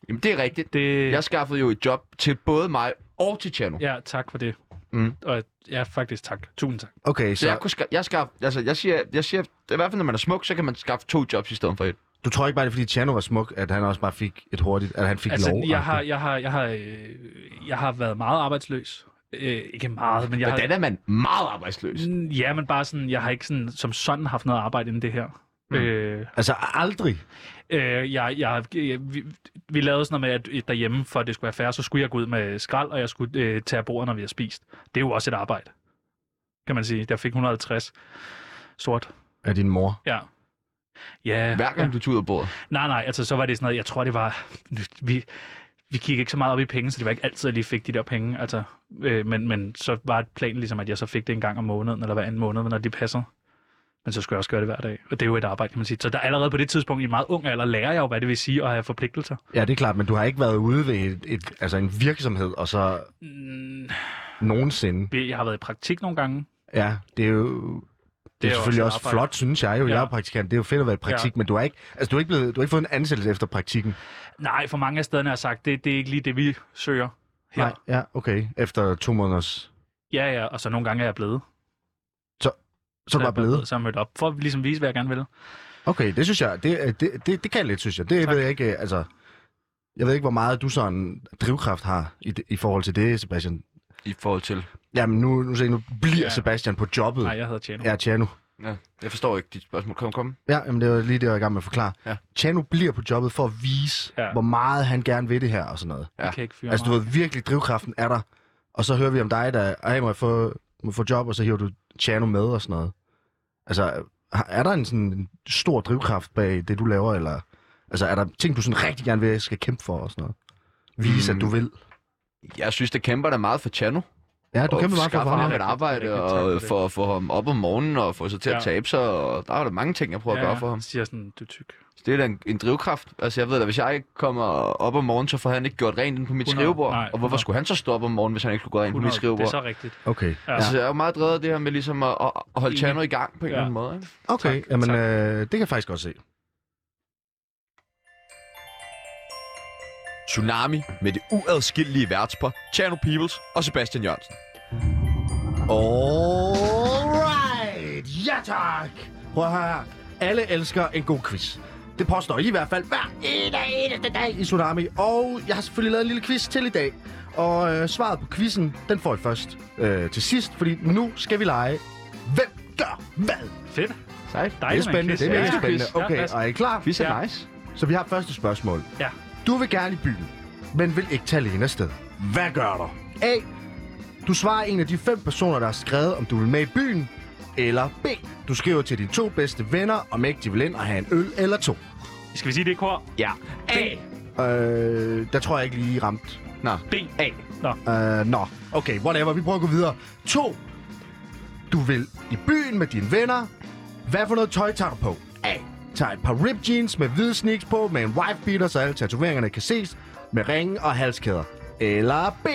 Speaker 3: Jamen, det er rigtigt.
Speaker 4: Det...
Speaker 3: Jeg skaffede jo et job til både mig og til Tjerno. Ja.
Speaker 4: Ja, tak for det.
Speaker 3: Mm.
Speaker 4: Og ja, faktisk tak. Tusind tak.
Speaker 2: Okay,
Speaker 3: Så jeg,
Speaker 2: så
Speaker 3: kunne skaffe, jeg, skaffe, altså, jeg siger, jeg siger, i hvert fald når man er smuk, så kan man skaffe to jobs i stedet for et.
Speaker 2: du tror ikke bare, det er, fordi Tjerno var smuk, at han også bare fik et hurtigt, at han fik
Speaker 4: Altså,
Speaker 2: lov?
Speaker 4: jeg har, jeg, har, jeg, har, øh, jeg har været meget arbejdsløs. Øh, ikke meget, men jeg har...
Speaker 3: Hvordan er man meget arbejdsløs?
Speaker 4: Mm, Ja, men bare sådan, jeg har ikke sådan, som sådan haft noget arbejde inden det her. Mm. Øh,
Speaker 2: Altså aldrig.
Speaker 4: øh, jeg, jeg, jeg, vi, vi lavede sådan noget med, at derhjemme, for at det skulle være færre, så skulle jeg gå ud med skrald, og jeg skulle øh, tage af bordet, når vi havde spist. Det er jo også et arbejde, kan man sige. Jeg fik 150 sort.
Speaker 2: af din mor.
Speaker 4: Ja. Ja.
Speaker 3: Hver gang du tuder ud af bordet.
Speaker 4: Nej, nej, altså så var det sådan noget, jeg tror det var, vi, vi kiggede ikke så meget op i penge, så det var ikke altid, at jeg lige fik de der penge, altså, øh, men, men så var planen ligesom, at jeg så fik det en gang om måneden, eller hver anden måned, når det passede. Men så skulle jeg også gøre det hver dag, og det er jo et arbejde, kan man sige. Så der allerede på det tidspunkt, i en meget ung alder, lærer jeg jo, hvad det vil sige at have forpligtelser.
Speaker 2: Ja, det er klart, men du har ikke været ude ved et, et, altså en virksomhed, og så
Speaker 4: Mm,
Speaker 2: nogensinde.
Speaker 4: Jeg har været i praktik nogle gange.
Speaker 2: Ja, det er jo... Det er,
Speaker 4: jo
Speaker 2: selvfølgelig
Speaker 4: også
Speaker 2: også,
Speaker 4: et
Speaker 2: også
Speaker 4: arbejde.
Speaker 2: flot, synes jeg jo. Ja.
Speaker 4: Ja.
Speaker 2: Jeg er praktikant. Det er jo fedt at være i praktik, ja.
Speaker 4: Ja.
Speaker 2: men du har ikke, altså, du har ikke, blevet, du har ikke fået en ansættelse efter praktikken.
Speaker 4: Nej, for mange af stederne har jeg sagt, det, det er ikke lige det, vi søger her. Nej.
Speaker 2: Ja, okay. Efter to måneders...
Speaker 4: Ja, ja, og så nogle gange er jeg blevet.
Speaker 2: Så er du bare blevet.
Speaker 4: Så er jeg mødt op, for at ligesom vise, hvad jeg gerne vil.
Speaker 2: Okay, det synes jeg, det, er- det, det, det kan jeg lidt, synes jeg. Det tak. ved jeg ikke, øh, altså... Jeg ved ikke, hvor meget du sådan drivkraft har i, det- i forhold til det, Sebastian.
Speaker 3: I forhold til...
Speaker 2: Jamen, nu, nu, se, nu bliver ja.
Speaker 4: Ja.
Speaker 2: Sebastian på jobbet.
Speaker 4: Nej, jeg hedder Tjeno.
Speaker 2: Ja, Tjerno.
Speaker 3: Ja, jeg forstår ikke dit spørgsmål. Kom, kom.
Speaker 2: Ja, jamen det var lige det, jeg var i gang med at forklare. Ja.
Speaker 3: Ja.
Speaker 2: Chano bliver på jobbet for at vise, ja.
Speaker 4: Ja.
Speaker 2: hvor meget han gerne vil det her og sådan noget.
Speaker 4: Ja. Jeg kan ikke fyre
Speaker 2: altså du
Speaker 4: mig.
Speaker 2: ved, virkelig drivkraften er der. Og så hører vi om dig, der, ej, må jeg få, må jeg få job, og så hiver du Chano med og sådan noget. Altså, har- er der en sådan en stor drivkraft bag det, du laver, eller... Altså, er der ting, du sådan rigtig gerne vil, skal kæmpe for og sådan noget? Vise, mm.
Speaker 3: Mm.
Speaker 2: at du vil.
Speaker 3: Jeg synes, det kæmper da meget for Tjerno.
Speaker 2: Ja, du
Speaker 3: Og
Speaker 2: kæmper meget for
Speaker 3: skaffe
Speaker 2: ham.
Speaker 3: ham et
Speaker 4: Det
Speaker 3: arbejde,
Speaker 4: er rigtigt, tak for
Speaker 3: og
Speaker 4: det.
Speaker 3: for at få ham op om morgenen, og få sig til at
Speaker 4: Ja.
Speaker 3: tabe sig, og der er der mange ting, jeg prøver at gøre for ham.
Speaker 4: siger sådan, du er tyk.
Speaker 3: Så det er da en, en drivkraft. Altså, jeg ved da, hvis jeg ikke kommer op om morgenen, så får han ikke gjort rent inde på mit
Speaker 4: 100.
Speaker 3: skrivebord.
Speaker 4: Nej,
Speaker 3: og hvorfor
Speaker 4: 100.
Speaker 3: skulle han så stå op om morgenen, hvis han ikke skulle gå ind på
Speaker 4: 100,
Speaker 3: mit
Speaker 4: det
Speaker 3: skrivebord?
Speaker 4: er så rigtigt.
Speaker 2: Okay,
Speaker 4: Ja.
Speaker 3: Altså, jeg er jo meget drevet af det her med ligesom at, at- at holde
Speaker 4: Enig.
Speaker 3: Tjerno i gang på en
Speaker 4: Ja.
Speaker 3: eller anden måde. Ikke?
Speaker 2: okay.
Speaker 4: Tak,
Speaker 2: Jamen,
Speaker 4: tak.
Speaker 2: øh, det kan jeg faktisk godt se.
Speaker 1: Tsunami med det uadskillelige værtspar Chano Peoples og Sebastian Jørgensen.
Speaker 2: Alright! Ja tak! Prøv at høre her. Alle elsker en god quiz. Det påstår I i hvert fald hver en af eneste dag i Tsunami. Og jeg har selvfølgelig lavet en lille quiz til i dag. Og øh, svaret på quizzen, den får I først øh, til sidst, fordi nu skal vi lege. Hvem gør hvad?
Speaker 4: Fedt.
Speaker 3: Sejt.
Speaker 2: Det er
Speaker 4: Dejligt med en
Speaker 2: spændende,
Speaker 4: quiz.
Speaker 2: det er mega
Speaker 4: Ja.
Speaker 2: spændende.
Speaker 4: Ja,
Speaker 2: Okay,
Speaker 4: altså.
Speaker 2: og er I klar?
Speaker 3: Vi ser
Speaker 4: Ja.
Speaker 3: nice.
Speaker 2: Så vi har første spørgsmål.
Speaker 4: Ja.
Speaker 2: Du vil gerne i byen, men vil ikke tage alene afsted. Hvad gør du? A. Du svarer en af de fem personer, der har skrevet, om du vil med i byen. Eller B. Du skriver til dine to bedste venner, om ikke de vil ind og have en øl eller to.
Speaker 4: Skal vi sige det er kor?
Speaker 3: Ja. A.
Speaker 2: Øh, der tror jeg ikke lige I ramt.
Speaker 3: Nå.
Speaker 4: B.
Speaker 3: A.
Speaker 2: Øh, nå. Okay, whatever. Vi prøver at gå videre. To. Du vil i byen med dine venner. Hvad for noget tøj tager du på? A. Tag et par rib jeans med hvide sneaks på, med en wife beater, så alle tatoveringerne kan ses, med ringe og halskæder. Eller B.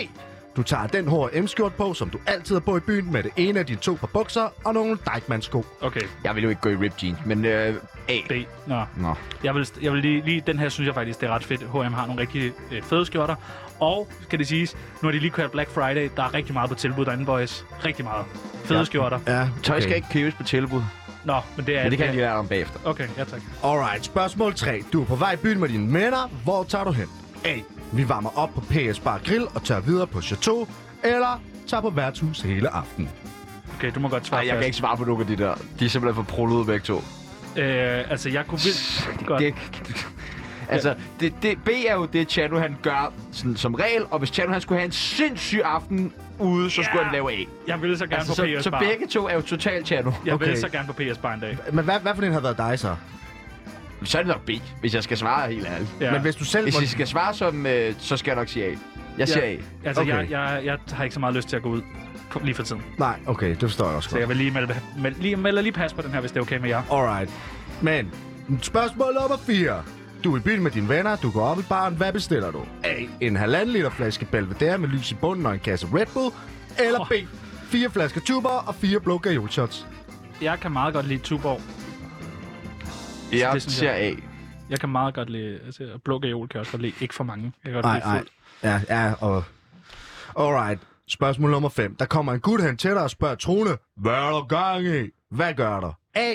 Speaker 2: Du tager den H&M-skjort på, som du altid har på i byen, med det ene af dine to par bukser og nogle Dijkman-sko.
Speaker 4: Okay.
Speaker 3: Jeg vil jo ikke gå i rib jeans, men øh, A.
Speaker 4: B. Nå.
Speaker 3: Nå.
Speaker 4: Jeg vil, jeg vil lige, lige, den her synes jeg faktisk, det er ret fedt. H&M har nogle rigtig øh, fede skjorter. Og, skal det siges, nu har de lige kørt Black Friday. Der er rigtig meget på tilbud derinde, boys. Rigtig meget. Fede ja. skjorter.
Speaker 2: Ja, okay.
Speaker 3: Tøj skal ikke købes på tilbud,
Speaker 4: Nå, men det er...
Speaker 3: men det kan jeg lige lære om bagefter.
Speaker 4: Okay, ja tak.
Speaker 2: Alright, spørgsmål 3. Du er på vej i byen med dine venner. Hvor tager du hen? A. Vi varmer op på PS Bar Grill og tør videre på Chateau. Eller tager på værtshus hele aftenen.
Speaker 4: Okay, du må godt svare
Speaker 3: Nej, jeg kan
Speaker 4: først.
Speaker 3: ikke svare på nogen af de der. De er simpelthen for prullet ud begge to.
Speaker 4: Øh, altså, jeg kunne vildt godt...
Speaker 3: Det, altså, det, det, B er jo det, Chano han gør sådan, som regel, og hvis Chano han skulle have en sindssyg aften ude, så skulle
Speaker 4: Ja.
Speaker 3: han lave A.
Speaker 4: Jeg ville så gerne
Speaker 3: Altså,
Speaker 4: altså, på
Speaker 3: så,
Speaker 4: PS
Speaker 3: så
Speaker 4: Bar.
Speaker 3: begge to er jo totalt Chano.
Speaker 4: Jeg
Speaker 2: Okay.
Speaker 4: okay. ville så gerne på PS Bar en dag.
Speaker 2: Men hvad, hvad for den har været dig så?
Speaker 3: Så er det nok B, hvis jeg skal svare helt ærligt.
Speaker 4: Ja.
Speaker 2: Ja. Men hvis du selv...
Speaker 3: Hvis
Speaker 2: måtte-
Speaker 3: jeg skal svare som, øh, så skal jeg nok sige A. Jeg siger A.
Speaker 4: Altså, okay.
Speaker 2: Okay.
Speaker 4: jeg, jeg, jeg har ikke så meget lyst til at gå ud på- lige for tiden.
Speaker 2: Nej, okay, det forstår jeg også
Speaker 4: Så jeg
Speaker 2: godt.
Speaker 4: vil lige melde, melde, lige, melde lige pas på den her, hvis det er okay med jer.
Speaker 2: Alright. Men, spørgsmål nummer 4. Du er i byen med dine venner, du går op i baren. Hvad bestiller du? A. En halvanden liter flaske Belvedere med lys i bunden og en kasse Red Bull. Eller B. Fire flasker tuber og fire blå gajolshots.
Speaker 4: Jeg kan meget godt lide Tuborg.
Speaker 3: Jeg
Speaker 4: det synes
Speaker 3: siger
Speaker 4: jeg.
Speaker 3: A.
Speaker 4: Jeg kan meget godt lide... Altså, blå gajol kan jeg også godt lide. Ikke for mange. Jeg kan godt
Speaker 2: Nej,
Speaker 4: lide
Speaker 2: nej.
Speaker 4: fuld.
Speaker 2: Ja, ja, og... Alright. Spørgsmål nummer 5. Der kommer en gut hen til dig og spørger Trone, hvad er der gang i? Hvad gør du? A.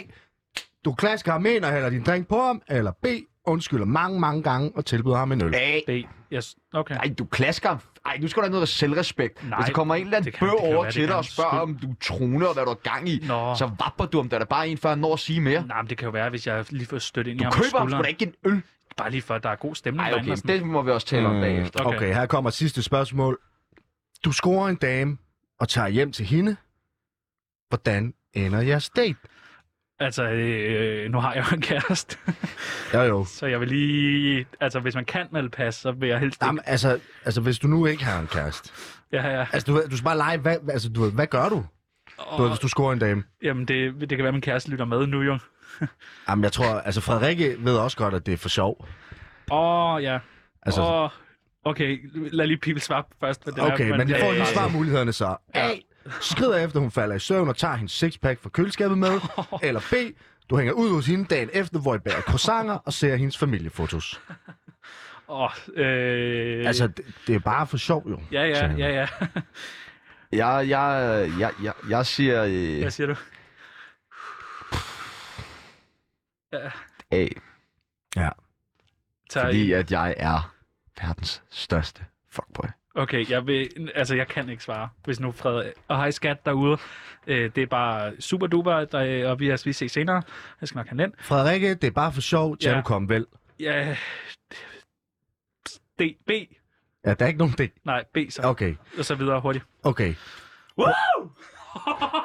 Speaker 2: Du klasker ham ind og hælder din drink på ham, eller B. Undskylder mange, mange gange og tilbyder ham en øl.
Speaker 3: A.
Speaker 4: B. Yes. Okay.
Speaker 3: Ej, du klasker ham. Ej, nu skal du have noget selvrespekt. Nej,
Speaker 4: Nej,
Speaker 3: Hvis der kommer en eller anden
Speaker 4: det kan-
Speaker 3: bøg
Speaker 4: det kan
Speaker 3: over
Speaker 4: være, det
Speaker 3: til
Speaker 4: kan
Speaker 3: dig og
Speaker 4: han
Speaker 3: spørger, om du troner og hvad du har gang i,
Speaker 4: Nå.
Speaker 3: så vapper du om, der er der bare en, før han når at sige mere.
Speaker 4: Nej, men det kan jo være, hvis jeg lige får stødt ind
Speaker 3: Du
Speaker 4: i ham på
Speaker 3: køber ham sgu
Speaker 4: skulderen. altså,
Speaker 3: da ikke en øl.
Speaker 4: Bare lige for, at der er god stemning.
Speaker 3: Ej,
Speaker 4: derinde
Speaker 3: okay,
Speaker 4: og sådan.
Speaker 3: det må vi også tale om bagefter.
Speaker 2: Hmm, okay.
Speaker 4: Okay.
Speaker 2: okay, her kommer sidste spørgsmål. Du scorer en dame og tager hjem til hende. Hvordan ender jeres date?
Speaker 4: Altså, øh, nu har jeg jo en kæreste.
Speaker 2: Jo, jo.
Speaker 4: så jeg vil lige... Altså, hvis man kan melde pas, så vil jeg helst ikke...
Speaker 2: Jamen, altså, altså, hvis du nu ikke har en kæreste.
Speaker 4: Ja, ja.
Speaker 2: Altså, du, ved, du skal bare lege, hvad, altså, du, ved, hvad gør du? Du ved, hvis du scorer en dame.
Speaker 4: Jamen, det, det kan være, at min kæreste lytter med nu, jo.
Speaker 2: Jamen, jeg tror, altså Frederikke ved også godt, at det er for sjov.
Speaker 4: Åh, oh, ja.
Speaker 2: Altså,
Speaker 4: Altså, oh, okay, lad lige Pibel svare først. Med det øh,
Speaker 2: okay,
Speaker 4: her,
Speaker 2: men I
Speaker 4: jeg-
Speaker 2: får lige svarmulighederne så.
Speaker 4: Ja.
Speaker 2: A. Skrider efter, hun falder i søvn og tager hendes sixpack fra køleskabet med. Eller B. Du hænger ud hos hende dagen efter, hvor I bærer croissanter og ser hendes familiefotos.
Speaker 4: Åh, øh,
Speaker 2: Altså, det, det er bare for sjov, jo.
Speaker 4: Ja, ja, ja, ja.
Speaker 3: Jeg, jeg, jeg, jeg, jeg siger øh,
Speaker 4: Hvad siger du?
Speaker 3: A,
Speaker 4: Tager I-
Speaker 3: fordi at jeg er verdens største fuckboy.
Speaker 4: Okay, jeg vil, altså jeg kan ikke svare, hvis nu Fred... Og hej skat derude. Øh, det er bare super duper, der, og vi, altså, vi ses senere. Jeg skal nok have den.
Speaker 2: Frederikke, det er bare for sjov. Tja,
Speaker 4: Ja.
Speaker 2: du kom vel.
Speaker 4: Ja, D, B.
Speaker 2: Ja, der er ikke nogen det.
Speaker 4: Nej, B så. Okay.
Speaker 2: Okay,
Speaker 4: Og så videre hurtigt.
Speaker 2: okay.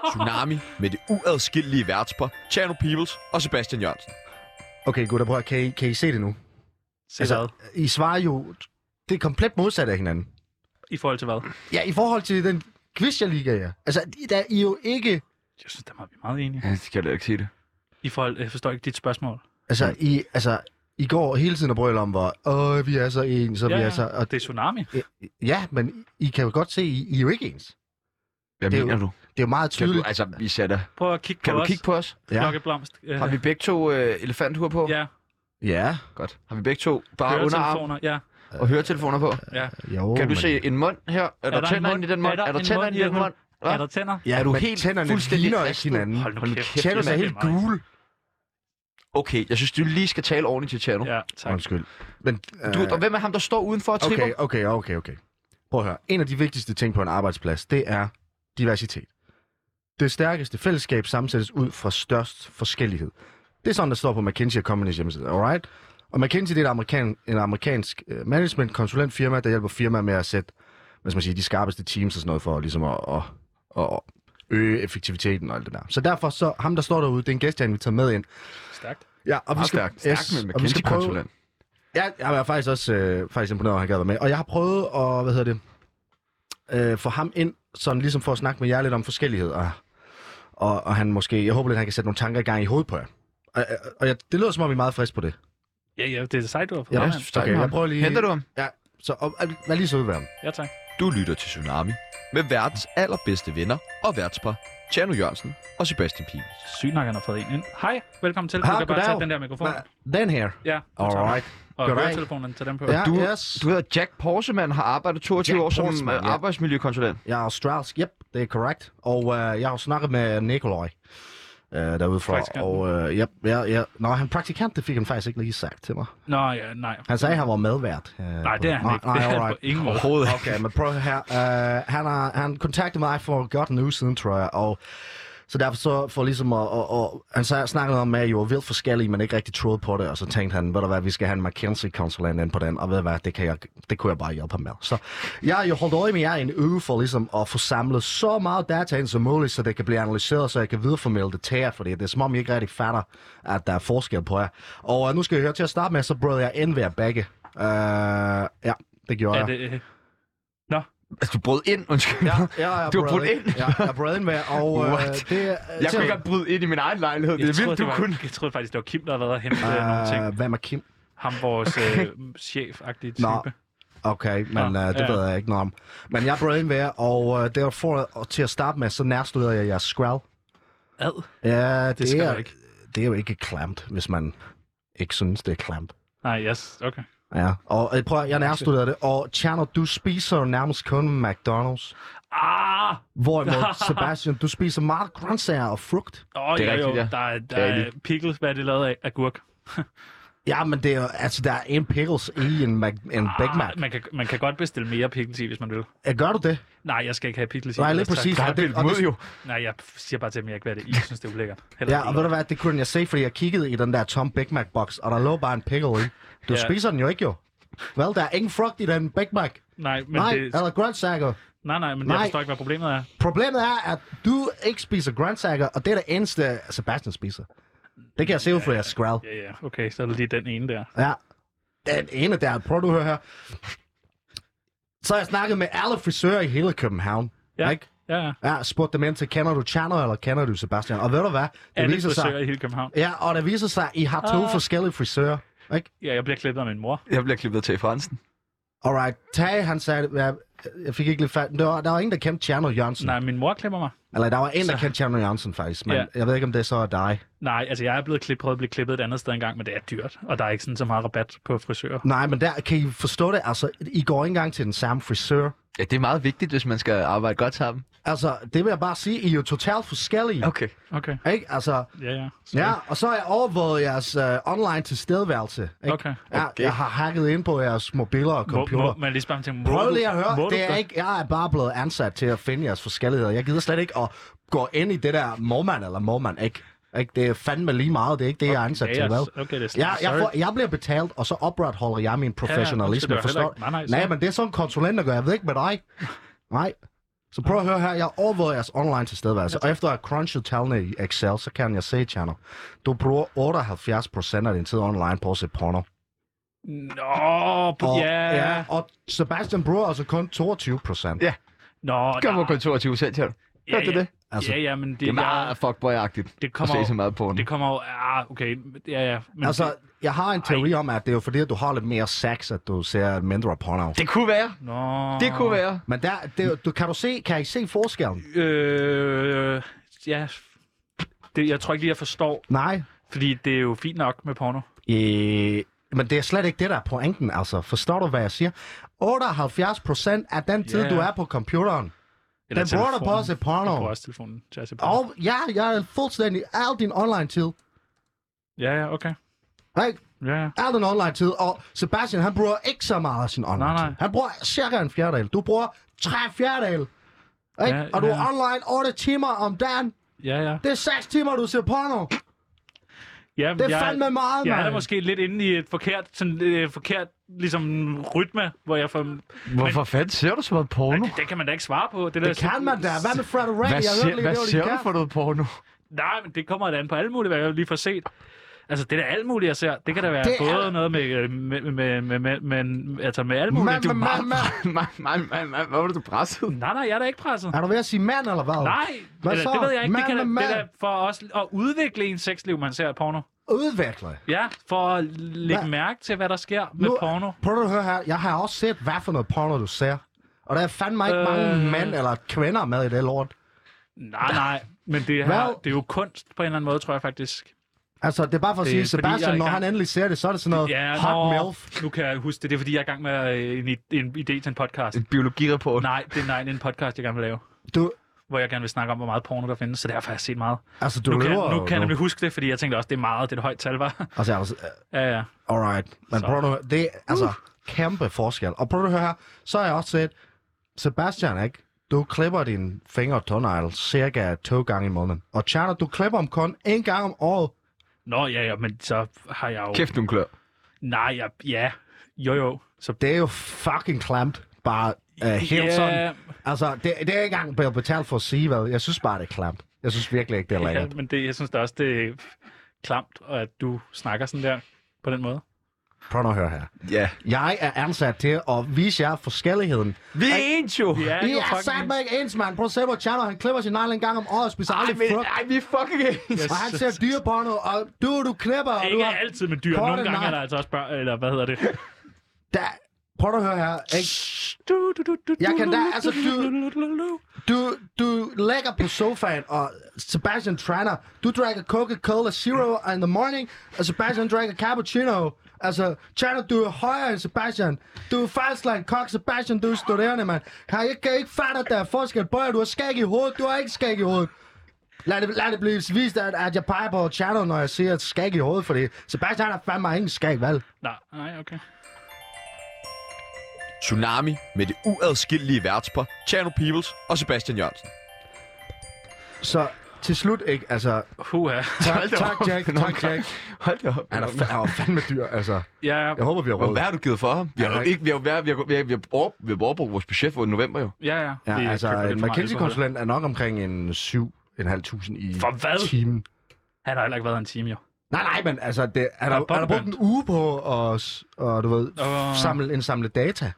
Speaker 1: Tsunami med det uadskillelige værtspar, Chano Peoples og Sebastian Jørgensen.
Speaker 2: Okay, gutter, prøv at- kan I, kan I se det nu?
Speaker 4: Se altså,
Speaker 2: I svarer jo... Det er komplet modsat af hinanden.
Speaker 4: I forhold til hvad?
Speaker 2: Ja, i forhold til den quiz, jeg lige gav jer. Altså, I- der, I er jo ikke...
Speaker 4: Jeg synes, der må vi er meget enige.
Speaker 3: Ja, det kan du ikke sige det.
Speaker 4: I forhold, jeg forstår ikke dit spørgsmål.
Speaker 2: Altså, I, altså, I går hele tiden og brøler om, hvor Åh, vi er så ens, og ja, vi er så...
Speaker 3: altså-
Speaker 2: Og,
Speaker 4: det er tsunami.
Speaker 2: ja, men I kan jo godt se, I, I er jo ikke ens.
Speaker 3: Hvad
Speaker 2: Det er jo
Speaker 3: mener du?
Speaker 2: Det er jo meget
Speaker 3: Kan du?
Speaker 2: tydeligt.
Speaker 3: Altså, vi ser dig.
Speaker 4: Prøv at kigge
Speaker 3: Kan
Speaker 4: på
Speaker 3: du
Speaker 4: os.
Speaker 3: kigge på os?
Speaker 2: Ja.
Speaker 4: Lokke blomst. Øh,
Speaker 3: Har vi begge to øh, elefanthuer på?
Speaker 4: Ja,
Speaker 2: Ja,
Speaker 3: Godt. Har vi begge to bare underarm
Speaker 4: høretelefoner. Ja,
Speaker 3: og høretelefoner på?
Speaker 4: ja.
Speaker 2: jo,
Speaker 3: Kan du
Speaker 2: men-
Speaker 3: se en mund her? Er, der,
Speaker 4: der en
Speaker 3: tænder
Speaker 4: mund?
Speaker 3: ind i den mund?
Speaker 4: Er der
Speaker 3: Er der
Speaker 4: en
Speaker 3: tænder
Speaker 4: mund
Speaker 3: ind i
Speaker 4: i
Speaker 3: den
Speaker 4: den
Speaker 3: mund? Hva?
Speaker 4: Er der tænder?
Speaker 2: Ja,
Speaker 3: Er du
Speaker 2: men
Speaker 3: helt
Speaker 2: tænderne
Speaker 3: fuldstændig
Speaker 2: ligner ikke
Speaker 3: ristet?
Speaker 2: hinanden.
Speaker 4: Hold nu
Speaker 3: Hold nu
Speaker 4: kæft.
Speaker 3: kæft,
Speaker 2: Tjanos
Speaker 4: det
Speaker 2: er
Speaker 4: er
Speaker 2: helt
Speaker 4: meget.
Speaker 2: gul.
Speaker 3: Okay, jeg synes, du lige skal tale ordentligt til Tjerno. Ja.
Speaker 4: Ja, tak.
Speaker 2: Undskyld. Men, øh,
Speaker 3: Du, og hvem er ham, der står udenfor og tripper?
Speaker 2: okay, okay, okay, okay. Prøv at høre. En af de vigtigste ting på en arbejdsplads, det er diversitet. Det stærkeste fællesskab sammensættes ud fra størst forskellighed. Det er sådan, der står på McKinsey Company's hjemmeside, alright? Og McKinsey, det er et amerikan, en amerikansk øh, management-konsulentfirma, der hjælper firmaer med at sætte, hvad skal man sige, de skarpeste teams og sådan noget for ligesom at, at, at øge effektiviteten og alt det der. Så derfor, så ham, der står derude, det er en gæst, jeg har inviteret med ind.
Speaker 4: Stærkt.
Speaker 2: Ja, og vi skal,
Speaker 3: Ah, Stærk, stærk
Speaker 2: yes,
Speaker 3: med
Speaker 2: og vi skal prøve,
Speaker 3: McKinsey-konsulent.
Speaker 2: Ja, jeg er faktisk også øh, faktisk imponeret, over, at han gad være med. Og jeg har prøvet at, hvad hedder det, øh, få ham ind, sådan ligesom for at snakke med jer lidt om forskellighed. Og, og, og han måske, jeg håber lidt, han kan sætte nogle tanker i gang i hovedet på jer. Og, og- og jeg, det lyder som om, vi er meget friske på det.
Speaker 4: Ja, ja, det er sejt, du har fået
Speaker 2: Ja,
Speaker 4: med,
Speaker 2: stærkt. Okay, jeg prøver lige-
Speaker 3: Henter du ham?
Speaker 2: Ja, så og, og, vær lige så udværende.
Speaker 4: mand. Ja, tak.
Speaker 1: Du lytter til Tsunami med verdens allerbedste venner og værtspar, Tjerno Jørgensen og Sebastian Pibels.
Speaker 4: Sygt nok, han har fået en ind. Hej, velkommen til. Du
Speaker 2: Ah,
Speaker 4: kan bare tage
Speaker 2: goddag.
Speaker 4: den der mikrofon.
Speaker 2: Den her.
Speaker 4: Ja, du tager den.
Speaker 2: Alright.
Speaker 4: Og
Speaker 2: Goddag.
Speaker 4: høretelefonerne, tag dem på.
Speaker 2: Ja,
Speaker 3: Du,
Speaker 2: yes.
Speaker 3: du hedder Jack Porsemann, har arbejdet 22
Speaker 2: Jack
Speaker 3: år som
Speaker 2: Porsemann,
Speaker 3: øh,
Speaker 2: ja.
Speaker 3: arbejdsmiljøkonsulent.
Speaker 2: Jeg er australsk, yep, det er korrekt. Og øh, jeg har jo snakket med Nikolaj øh, derude fra.
Speaker 4: Praktikanten.
Speaker 2: Og øh, yep, ja, ja. Nå, han praktikant, det fik han faktisk ikke lige sagt til mig.
Speaker 4: Nå, ja, nej.
Speaker 2: Han sagde, at han var medvært. Øh,
Speaker 4: Nej, det er han
Speaker 2: nej,
Speaker 4: ikke.
Speaker 2: Nej,
Speaker 4: Det er han
Speaker 2: alright.
Speaker 4: på ingen måde.
Speaker 1: Overhovedet
Speaker 2: Okay, men prøv her. Uh, han, har, han kontaktede mig for godt en uge siden, tror jeg, og så derfor så for ligesom at, og, og, han så snakkede om, at I var vildt forskellige, men ikke rigtig troede på det, og så tænkte han, ved du hvad, vi skal have en McKinsey-konsulent ind på den, og ved du hvad, det, kan jeg, det kunne jeg bare hjælpe ham med. Så jeg har jo holdt øje med jer i en uge for ligesom at få samlet så meget data ind som muligt, så det kan blive analyseret, så jeg kan videreformidle det til jer, fordi det er som om, I ikke rigtig fatter, at der er forskel på jer. Og øh, nu skal I høre til at starte med, så brød jeg ind ved jer begge. Uh, ja, det gjorde
Speaker 4: Er
Speaker 2: jeg.
Speaker 4: det, øh,
Speaker 3: Altså, du brød ind, undskyld.
Speaker 2: Ja, ja, jeg
Speaker 3: Du har
Speaker 2: brød
Speaker 3: brudt ind.
Speaker 2: Ja, jeg brød ind med, og øh,
Speaker 3: What?
Speaker 2: det er... Øh,
Speaker 3: Jeg kunne ikke engang bryde ind i min egen lejlighed. Det
Speaker 4: jeg,
Speaker 3: er
Speaker 4: troede,
Speaker 3: vildt,
Speaker 4: det
Speaker 3: du
Speaker 4: var,
Speaker 3: kunne.
Speaker 4: jeg troede faktisk, det var Kim, der havde været og hentet øh, nogle ting.
Speaker 2: Uh, hvad med Kim?
Speaker 4: Ham, vores øh, chef-agtige type.
Speaker 2: Nå. Okay, men
Speaker 4: Nå,
Speaker 2: uh, det
Speaker 4: ja.
Speaker 2: ved jeg ikke noget om. Men jeg brød ind med, og uh, det var for og til at starte med, så nærstuderede jeg jeres skrald.
Speaker 4: Ad.
Speaker 2: Ja, det,
Speaker 4: skal
Speaker 2: er,
Speaker 4: du ikke.
Speaker 2: det er jo ikke klamt, hvis man ikke synes, det er klamt.
Speaker 4: Nej, yes, okay.
Speaker 2: Ja, og øh, prøv at, jeg nærstuderede det, og Tjerno, du spiser jo nærmest kun McDonald's.
Speaker 4: Ah!
Speaker 2: Hvorimod, Sebastian, du spiser meget grøntsager og frugt.
Speaker 4: Åh, oh,
Speaker 3: Det
Speaker 4: jo,
Speaker 3: er
Speaker 4: jo,
Speaker 3: rigtigt, ja.
Speaker 4: der, er- der
Speaker 3: Det er
Speaker 4: er
Speaker 3: rigtigt.
Speaker 4: pickles, hvad er det lavet af? Agurk.
Speaker 2: Ja, men det er, jo- altså, der er en pickles i en, Mac- en Big Mac.
Speaker 4: Ah, man, kan, man kan godt bestille mere pickles i, hvis man vil.
Speaker 2: Ja, Gør du det?
Speaker 4: Nej, jeg skal ikke have pickles i.
Speaker 2: Nej, lige
Speaker 4: ellers tak.
Speaker 2: præcis.
Speaker 3: Der
Speaker 2: og
Speaker 3: er vildt
Speaker 2: og
Speaker 3: mod jo.
Speaker 4: Nej, jeg siger bare til dem, jeg ikke hvad det er i. Jeg synes, det er ulækkert. Heller
Speaker 2: Ja, og
Speaker 4: ikke.
Speaker 2: ved du hvad, det kunne jeg se, fordi jeg kiggede i den der tom Big Mac-boks, og der lå bare en pickle i. Du
Speaker 4: Ja.
Speaker 2: spiser den jo ikke, jo. Vel, der er ingen frugt i den Big Mac.
Speaker 4: Nej, men
Speaker 2: Nej,
Speaker 4: det,
Speaker 2: eller grøntsager.
Speaker 4: nej, nej, men
Speaker 2: Nej.
Speaker 4: jeg forstår ikke, hvad problemet er.
Speaker 2: Problemet er, at du ikke spiser grøntsager, og det er det eneste, Sebastian spiser. Det kan jeg se ud fra jeres skræl.
Speaker 4: Ja, ja, okay, så er det lige den ene der.
Speaker 2: Ja. Den ene der, prøv du at høre her. Så har jeg snakket med alle frisører i hele København.
Speaker 4: Ja.
Speaker 2: Ikke?
Speaker 4: Ja, ja.
Speaker 2: Ja, spurgte dem ind til, kender du Chano, eller kender du Sebastian? Og ved du hvad?
Speaker 4: Alle frisører i hele København.
Speaker 2: Ja, og det viser sig, at I har to
Speaker 4: Ah.
Speaker 2: forskellige frisører. Ikke?
Speaker 4: Ja, jeg bliver klippet af min mor.
Speaker 3: Jeg bliver klippet til Fransen.
Speaker 2: Alright, Tage, han sagde, ja, jeg fik ikke lidt fat. Der var, der var ingen, der kendte Tjerno Jørgensen.
Speaker 4: Nej, min mor klipper mig.
Speaker 2: Eller der var en, der kendte Tjerno Jørgensen faktisk, men
Speaker 4: Ja.
Speaker 2: jeg ved ikke, om det så er dig.
Speaker 4: Nej, altså jeg er blevet klippet, prøvet at blive klippet et andet sted engang, men det er dyrt, og der er ikke sådan så meget rabat på frisører.
Speaker 2: Nej, men der kan I forstå det. Altså, I går ikke engang til den samme frisør.
Speaker 3: Ja, det er meget vigtigt, hvis man skal arbejde godt sammen.
Speaker 2: Altså, det vil jeg bare sige, I er jo totalt forskellige.
Speaker 3: Okay.
Speaker 4: Okay,
Speaker 2: Okay. Ikke? Altså,
Speaker 4: ja, ja. Så-
Speaker 2: ja, og så har jeg overvåget jeres øh, online tilstedeværelse. Ikke?
Speaker 4: Okay.
Speaker 2: Ja,
Speaker 3: Okay.
Speaker 2: Jeg har hacket ind på jeres mobiler og
Speaker 4: Må,
Speaker 2: computer.
Speaker 4: må, man lige spørge om til, må
Speaker 2: Prøv
Speaker 4: du-
Speaker 2: lige at
Speaker 4: må
Speaker 2: høre,
Speaker 4: du
Speaker 2: det er
Speaker 4: godt?
Speaker 2: ikke, jeg er bare blevet ansat til at finde jeres forskelligheder. Jeg gider slet ikke at gå ind i det der mormand eller mormand, ikke? ikke? Det er fandme lige meget, det er ikke det, jeg er ansat
Speaker 4: Ja,
Speaker 2: til,
Speaker 4: ja,
Speaker 2: vel?
Speaker 4: Okay, det er
Speaker 2: Jeg, jeg,
Speaker 4: sorry.
Speaker 2: får, jeg bliver betalt, og så opretholder jeg min professionalisme,
Speaker 4: det er jo
Speaker 2: forstår
Speaker 4: heller
Speaker 2: du?
Speaker 4: ikke- nej, nej,
Speaker 2: nej,
Speaker 4: så-
Speaker 2: men det er sådan konsulenter gør, jeg ved ikke med dig. Nej. Så prøv at høre her, jeg overvåger jeres online tilstedeværelse, og efter at crunchet tallene i Excel, så kan jeg se, Tjerno, du bruger 78% af din tid online på at se porno.
Speaker 4: Nå, på,
Speaker 2: Og,
Speaker 4: ja.
Speaker 2: ja. og Sebastian bruger altså kun 22%.
Speaker 3: Ja,
Speaker 4: Nå,
Speaker 3: gør på kun 22 cent her. Gør det
Speaker 4: ja.
Speaker 3: det?
Speaker 2: Altså,
Speaker 4: Altså, ja, ja, men det,
Speaker 3: Det er
Speaker 4: jeg,
Speaker 3: meget fuckboy-agtigt
Speaker 4: det
Speaker 3: at
Speaker 4: kommer
Speaker 3: se så
Speaker 4: jo,
Speaker 3: meget på
Speaker 4: det kommer jo, ah, okay, ja, ja. Men
Speaker 2: Altså,
Speaker 4: det,
Speaker 2: jeg har en teori om, at det er jo fordi, at du har lidt mere sex, at du ser mindre porno.
Speaker 3: Det kunne være.
Speaker 4: nå,
Speaker 3: Det kunne være.
Speaker 2: Men der, det, er jo- du, kan du se, kan I se forskellen?
Speaker 4: Øh, ja, det, jeg tror ikke lige, jeg forstår,
Speaker 2: Nej.
Speaker 4: fordi det er jo fint nok med porno.
Speaker 2: Øh, men det er slet ikke det, der er pointen, altså. Forstår du, hvad jeg siger? 78 procent af den tid,
Speaker 4: Ja.
Speaker 2: du er på computeren,
Speaker 4: Eller
Speaker 2: Den bruger du på
Speaker 4: telefonen.
Speaker 2: at se porno.
Speaker 4: Jeg bruger også telefonen til at se porno.
Speaker 2: og ja, jeg er fuldstændig al din online-tid,
Speaker 4: Ja, ja, okay.
Speaker 2: Right?
Speaker 4: Ja, ja.
Speaker 2: Er den online tid, og Sebastian, han bruger ikke så meget af sin online
Speaker 4: Nej,
Speaker 2: tid.
Speaker 4: nej.
Speaker 2: Han bruger cirka en fjerdedel. Du bruger tre fjerdedel. Ikke?
Speaker 4: Ja,
Speaker 2: og du er
Speaker 4: ja.
Speaker 2: online 8 timer om dagen.
Speaker 4: Ja, ja.
Speaker 2: Det er 6 timer, du ser porno.
Speaker 4: ja
Speaker 2: Det er fandme meget,
Speaker 4: Jeg er
Speaker 2: mand.
Speaker 4: måske lidt inde i et forkert, sådan, øh, forkert ligesom, rytme, hvor jeg får...
Speaker 3: Hvorfor fanden ser du så meget porno?
Speaker 4: Det, det kan man da ikke svare på. Det, der,
Speaker 2: Det kan man da. Hvad med Fred Ray?
Speaker 3: Hvad, ser, hvad ser du for
Speaker 2: det?
Speaker 3: noget porno?
Speaker 4: Nej, men det kommer da an på alt muligt, hvad jeg lige får set. Altså, det er da alt muligt, jeg ser. Det kan da være
Speaker 2: Det
Speaker 4: det
Speaker 2: er-
Speaker 4: både noget med, øh, med, med, med, med, med, altså med alt muligt.
Speaker 2: Mand,
Speaker 4: Du-
Speaker 2: mand, mand, mand.
Speaker 3: Nej, nej, nej, nej. Hvad var det, du pressede?
Speaker 4: Nej, nej, jeg er da ikke presset.
Speaker 2: Er du ved at sige mand, eller hvad?
Speaker 4: Nej,
Speaker 2: Hvad
Speaker 4: eller,
Speaker 2: så?
Speaker 4: det ved jeg ikke. det, kan,
Speaker 2: Mand
Speaker 4: da-
Speaker 2: med
Speaker 4: det er
Speaker 2: mand.
Speaker 4: da for os at udvikle en sexliv, man ser i porno.
Speaker 2: Udvikle.
Speaker 4: Ja, for at lægge
Speaker 2: Hvad?
Speaker 4: mærke til, hvad der sker med porno.
Speaker 2: Prøv at høre her. Jeg har også set, hvad for noget porno, du ser. Og der er fandme ikke øh... mange
Speaker 4: Øh.
Speaker 2: mænd eller kvinder med i det lort.
Speaker 4: Nej, nej, men det,
Speaker 2: Hvad?
Speaker 4: her, det er jo kunst på en eller anden måde, tror jeg faktisk.
Speaker 2: Altså, det er bare for at
Speaker 4: Det er,
Speaker 2: sige,
Speaker 4: fordi jeg er
Speaker 2: Sebastian,
Speaker 4: i
Speaker 2: når
Speaker 4: gang.
Speaker 2: han endelig ser det, så er det sådan noget hot
Speaker 4: nå,
Speaker 2: milf.
Speaker 4: Nu kan jeg huske det. Det er, fordi jeg er i gang med øh, en, i- en idé til en podcast.
Speaker 3: En biologireport.
Speaker 4: Nej, det er, nej, det er en podcast, jeg gerne vil lave.
Speaker 2: Du,
Speaker 4: Hvor jeg gerne vil snakke om, hvor meget porno der findes, så derfor har jeg set meget.
Speaker 2: altså, du
Speaker 4: nu kan,
Speaker 2: lever
Speaker 4: nu
Speaker 2: jo
Speaker 4: kan jeg nemlig huske det, fordi jeg tænkte også, det er meget, det er et højt tal, var.
Speaker 2: Altså, altså, øh,
Speaker 4: ja, ja.
Speaker 2: alright. Men
Speaker 4: Så. Uh.
Speaker 2: prøv nu, det er altså kæmpe forskel. Og prøv at høre her, så har jeg også set, Sebastian, ikke? Du klipper din finger og tånegle cirka to gange i måneden. Og Tjerner, du klipper dem kun en gang om året.
Speaker 4: Nå, ja, ja, men så har jeg jo...
Speaker 3: Kæft, du er en klør.
Speaker 4: Nej, jeg, ja. Jo, jo. Så
Speaker 2: Det er jo fucking klamt. Bare øh, helt
Speaker 4: Ja.
Speaker 2: sådan. Altså, det, det er ikke engang blevet betalt for at sige, hvad. Jeg synes bare, det er klamt. Jeg synes virkelig ikke, det er
Speaker 4: ja,
Speaker 2: lækkert.
Speaker 4: men det, jeg synes da også, det er klamt, og at du snakker sådan der på den måde.
Speaker 2: Prøv nu at høre her.
Speaker 3: Ja.
Speaker 2: Jeg er ansat til at vise jer forskelligheden.
Speaker 3: Vi er ens jo.
Speaker 4: Vi er
Speaker 2: Ja, I
Speaker 4: jo
Speaker 2: er
Speaker 4: fucking...
Speaker 2: satme ikke ens, mand. Prøv at se, hvor Tjerner, han klipper sin negl en gang om året og spiser aldrig
Speaker 3: men,
Speaker 2: frugt.
Speaker 3: ej, vi er fucking ens.
Speaker 2: Og han ser dyreporno, og du, du klipper, og du
Speaker 4: Ikke
Speaker 2: har...
Speaker 4: altid med dyr.
Speaker 2: Korte
Speaker 4: Nogle gange
Speaker 2: nej.
Speaker 4: er der altså også børn, eller hvad hedder det?
Speaker 2: Da, prøv at høre her, ikke? Jeg kan da- altså, du- Du, du ligger på sofaen, og Sebastian Trainer, du drikker Coca-Cola Zero in the morning, og Sebastian drikker cappuccino. Altså, Trainer, du er højere end Sebastian. Du er faktisk like kok, Sebastian, du er studerende, mand. Her, jeg kan ikke fatte, at der er forskel på jer. Du har skæg i hovedet, du har ikke skæg i hovedet. Lad det, lad det blive vist, at, at jeg peger på Chano, når jeg siger at skæg i hovedet, fordi Sebastian har fandme ingen skæg, vel?
Speaker 4: Nej, nej, okay.
Speaker 1: Tsunami med det uadskillelige værtspar, Chano Peoples og Sebastian Jørgensen.
Speaker 2: Så til slut, ikke? Altså,
Speaker 4: Huha.
Speaker 2: tak, tak Jack, tak Jack.
Speaker 3: Hold da op.
Speaker 2: Han er, fa- han er fandme dyr, altså.
Speaker 4: Ja,
Speaker 2: Jeg håber, vi har
Speaker 3: Hvor-
Speaker 2: råd.
Speaker 3: Hvad har du givet for ham? Vi har jo
Speaker 2: Ja,
Speaker 3: ikke, vi har, jo været- vi har, vi har, vi har, over- vi har overbrugt vores budget for november jo.
Speaker 4: ja, ja. Det
Speaker 2: Ja,
Speaker 4: er-
Speaker 2: altså,
Speaker 4: køber lidt
Speaker 2: en
Speaker 4: for meget
Speaker 2: McKinsey-konsulent er nok omkring en 7.500 i
Speaker 4: For hvad?
Speaker 2: timen.
Speaker 4: alkohol. Han har heller ikke været her en time, jo.
Speaker 2: Nej, nej, men altså, det, han, har,
Speaker 4: Og
Speaker 2: han har brugt en uge på at s- og, du ved,
Speaker 4: Og-
Speaker 2: f- samle, indsamle data.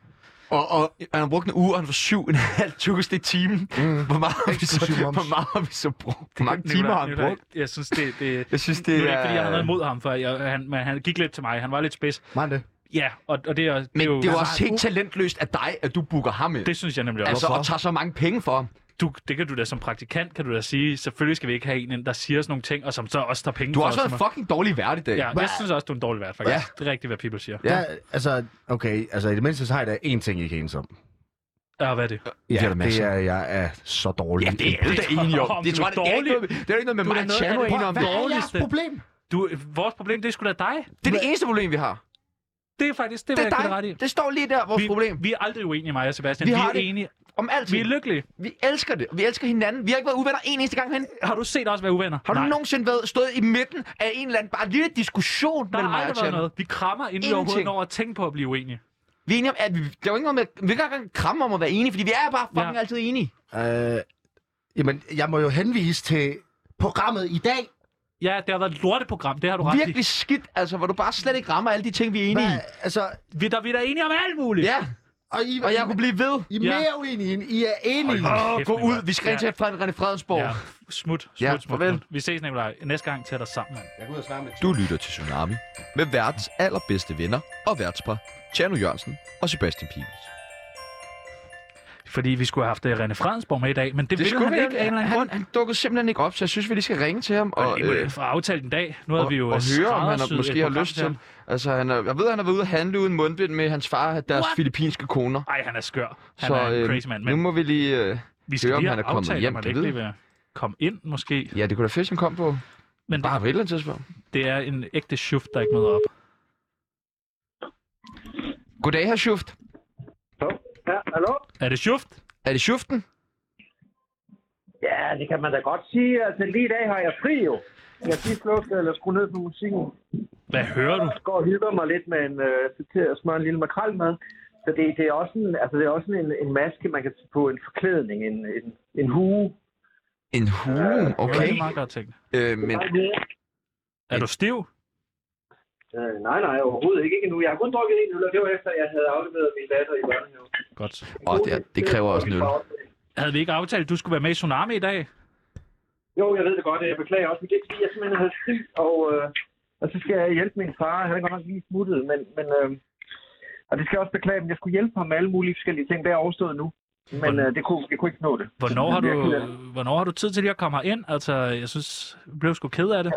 Speaker 3: Og, og han har brugt en uge, og han var 7.500 i timen. Mm. Hvor, meget har vi så,
Speaker 2: Eksklusiv moms.
Speaker 3: hvor meget har vi så brugt? Hvor mange
Speaker 4: Nicolaj-
Speaker 3: timer har han
Speaker 4: Nicolaj,
Speaker 3: brugt?
Speaker 4: Jeg synes, det, det,
Speaker 3: Jeg synes,
Speaker 4: Nu
Speaker 3: det
Speaker 4: er det ikke, fordi jeg har noget
Speaker 3: er...
Speaker 4: imod ham, for jeg, han, men han gik lidt til mig. Han var lidt spids.
Speaker 2: Man det.
Speaker 4: Ja, og, og det, er, det,
Speaker 3: Men
Speaker 4: er jo,
Speaker 3: det er jo
Speaker 2: Altså,
Speaker 3: også helt talentløst af dig, at du booker ham ind.
Speaker 4: det synes jeg nemlig
Speaker 3: Altså,
Speaker 4: også.
Speaker 3: og tager så mange penge for ham.
Speaker 4: Du, det kan du da som praktikant, kan du da sige, selvfølgelig skal vi ikke have en, ind, der siger sådan nogle ting, og som så også tager penge
Speaker 3: Du har
Speaker 4: for
Speaker 3: også
Speaker 4: os,
Speaker 3: været en
Speaker 4: som er-
Speaker 3: fucking dårlig vært i dag.
Speaker 4: Ja, jeg synes også, du er en dårlig vært, faktisk.
Speaker 3: Ja.
Speaker 4: Ja. Det er rigtigt, hvad people siger.
Speaker 3: Ja.
Speaker 2: Ja. Der, altså, okay, altså i det mindste så har jeg da én ting, I kan enes om.
Speaker 4: Ja, hvad er det?
Speaker 3: er der
Speaker 2: Ja, det
Speaker 3: masser.
Speaker 2: er, jeg er så dårlig.
Speaker 3: Ja, det er alle da enige om. Det
Speaker 4: Du
Speaker 3: tror
Speaker 4: er
Speaker 3: jeg, det er ikke
Speaker 4: dårlig.
Speaker 3: noget, med- det er ikke noget med
Speaker 4: Du er
Speaker 3: mig
Speaker 4: da
Speaker 3: og
Speaker 4: noget
Speaker 3: Chano
Speaker 4: af
Speaker 3: er
Speaker 4: det
Speaker 3: enige om.
Speaker 2: Hvad
Speaker 3: Det
Speaker 2: er jeres
Speaker 4: dårligste.
Speaker 2: problem?
Speaker 4: Du, vores problem, det er sgu da dig.
Speaker 3: er det eneste problem, vi har.
Speaker 4: Det er faktisk, det,
Speaker 3: Det
Speaker 4: vil
Speaker 3: er
Speaker 4: jeg give dig ret i.
Speaker 3: dig. Det står lige der, vores
Speaker 4: Vi,
Speaker 3: problem.
Speaker 4: vi er aldrig uenige, mig og Sebastian.
Speaker 3: Vi
Speaker 4: Vi,
Speaker 3: har
Speaker 4: er
Speaker 3: det.
Speaker 4: enige.
Speaker 3: Om alt.
Speaker 4: Vi er lykkelige.
Speaker 3: Vi elsker det. Vi elsker hinanden. Vi har ikke været uvenner en eneste gang hen.
Speaker 4: Har du set os være uvenner?
Speaker 3: Har du
Speaker 4: Nej.
Speaker 3: nogensinde været, stået i midten af en eller anden bare lille diskussion
Speaker 4: Der
Speaker 3: mellem mig
Speaker 4: har
Speaker 3: og
Speaker 4: aldrig været
Speaker 3: Chano?
Speaker 4: noget. Vi krammer inden vi
Speaker 3: Ingenting.
Speaker 4: overhovedet når at tænke på at blive uenige.
Speaker 3: Vi er enige om, at vi, der er jo ikke noget med, vi kan ikke engang kramme om at være enige, fordi vi er bare fucking
Speaker 4: Ja.
Speaker 3: altid enige.
Speaker 2: Øh, jamen, jeg må jo henvise til programmet i dag.
Speaker 4: Ja, det har været et lorteprogram, det har du ret i.
Speaker 3: Virkelig skidt, altså, hvor du bare slet ikke rammer alle de ting, vi er enige
Speaker 2: Hvad, altså,
Speaker 4: Vi, der, vi er da enige om alt
Speaker 3: i.
Speaker 4: muligt.
Speaker 3: Ja,
Speaker 2: og I,
Speaker 3: og jeg kunne blive ved.
Speaker 2: I er
Speaker 4: Ja.
Speaker 2: mere uenige, end I er enige.
Speaker 4: Hold
Speaker 3: Åh,
Speaker 4: kæft,
Speaker 3: gå
Speaker 4: det var-
Speaker 3: ud. Vi skal ind til Fred- René Fredensborg.
Speaker 4: Ja, smut, smut,
Speaker 3: Ja,
Speaker 4: ja, smut,
Speaker 3: farvel.
Speaker 4: smut. Vi ses, Nicolaj. Næste gang tæt dig sammen, mand.
Speaker 2: Jeg går ud og snakker med
Speaker 1: Du lytter til Tsunami med verdens allerbedste venner og værtspar, Chano Jørgensen og Sebastian Peoples.
Speaker 4: Fordi vi skulle have haft øh, René Fredensborg med i dag, men det, det ville han
Speaker 3: vi
Speaker 4: ikke af en eller anden
Speaker 3: han,
Speaker 4: grund.
Speaker 3: han dukkede simpelthen ikke op, så jeg synes, vi lige skal ringe til ham og,
Speaker 4: Og,
Speaker 3: øh,
Speaker 4: øh, for aftalt en dag. Nu havde
Speaker 3: og,
Speaker 4: vi jo øh,
Speaker 3: og høre, om han
Speaker 4: skræddersyet
Speaker 3: har,
Speaker 4: et
Speaker 3: måske har
Speaker 4: program
Speaker 3: lyst til
Speaker 4: ham.
Speaker 3: ham. Altså, han er, jeg ved, han har været ude at handle uden mundbind med hans far og deres
Speaker 4: What?
Speaker 3: filippinske koner.
Speaker 4: Ej, han er skør. Han
Speaker 3: så
Speaker 4: så, er en
Speaker 3: øh,
Speaker 4: crazy man,
Speaker 3: nu
Speaker 4: men
Speaker 3: må vi lige... Øh,
Speaker 4: vi skal
Speaker 3: høre, om
Speaker 4: lige
Speaker 3: han
Speaker 4: have
Speaker 3: er kommet
Speaker 4: aftalt,
Speaker 3: hjem,
Speaker 4: om han
Speaker 3: det
Speaker 4: ikke
Speaker 3: ved
Speaker 4: lige vil komme ind, måske.
Speaker 3: ja, det kunne da fedt, at han kom på.
Speaker 4: Men
Speaker 3: Bare på et eller andet tidspunkt.
Speaker 4: Det er en ægte shift, der ikke møder op.
Speaker 3: Goddag, herr Schuft.
Speaker 6: Hov. Ja, hallo?
Speaker 4: Er det shift?
Speaker 3: Er det Schuften?
Speaker 6: Ja, det kan man da godt sige. Altså, lige i dag har jeg fri jo. Jeg har lige slukket eller skruet ned for musikken.
Speaker 4: Hvad hører du?
Speaker 6: Jeg går og hygger mig lidt med en, øh, til at smøre en lille makrelmad. Så det, det er også, en, altså, det er også en, en maske, man kan tage på, en forklædning, en, en, en hue. Øh,
Speaker 3: En hue,
Speaker 4: Det er
Speaker 3: okay.
Speaker 4: en meget godt ting.
Speaker 3: Øh, Mm. men
Speaker 4: Er du stiv?
Speaker 6: Øh, nej, nej, overhovedet ikke. ikke endnu. Jeg har kun drukket en øl, og det var efter, at jeg havde afleveret min datter i børnehaven.
Speaker 4: Godt.
Speaker 3: åh, det, er- det kræver også en øl.
Speaker 4: Havde vi ikke aftalt, at du skulle være med i Tsunami i dag?
Speaker 6: Jo, jeg ved det godt. Jeg beklager også. Men det er ikke, fordi jeg simpelthen havde fri, og, øh, og så skal jeg hjælpe min far. Han er godt nok lige smuttet, men... men øh, og det skal jeg også beklage, men jeg skulle hjælpe ham med alle mulige forskellige ting. Det er overstået nu. Men
Speaker 4: Hvor-
Speaker 6: øh, det kunne, jeg kunne ikke nå det.
Speaker 4: Hvornår
Speaker 6: Så
Speaker 4: har,
Speaker 6: det
Speaker 4: du,
Speaker 6: er virkelig-
Speaker 4: hvornår har du tid til lige at komme ind? Altså, jeg synes, jeg blev sgu ked af det.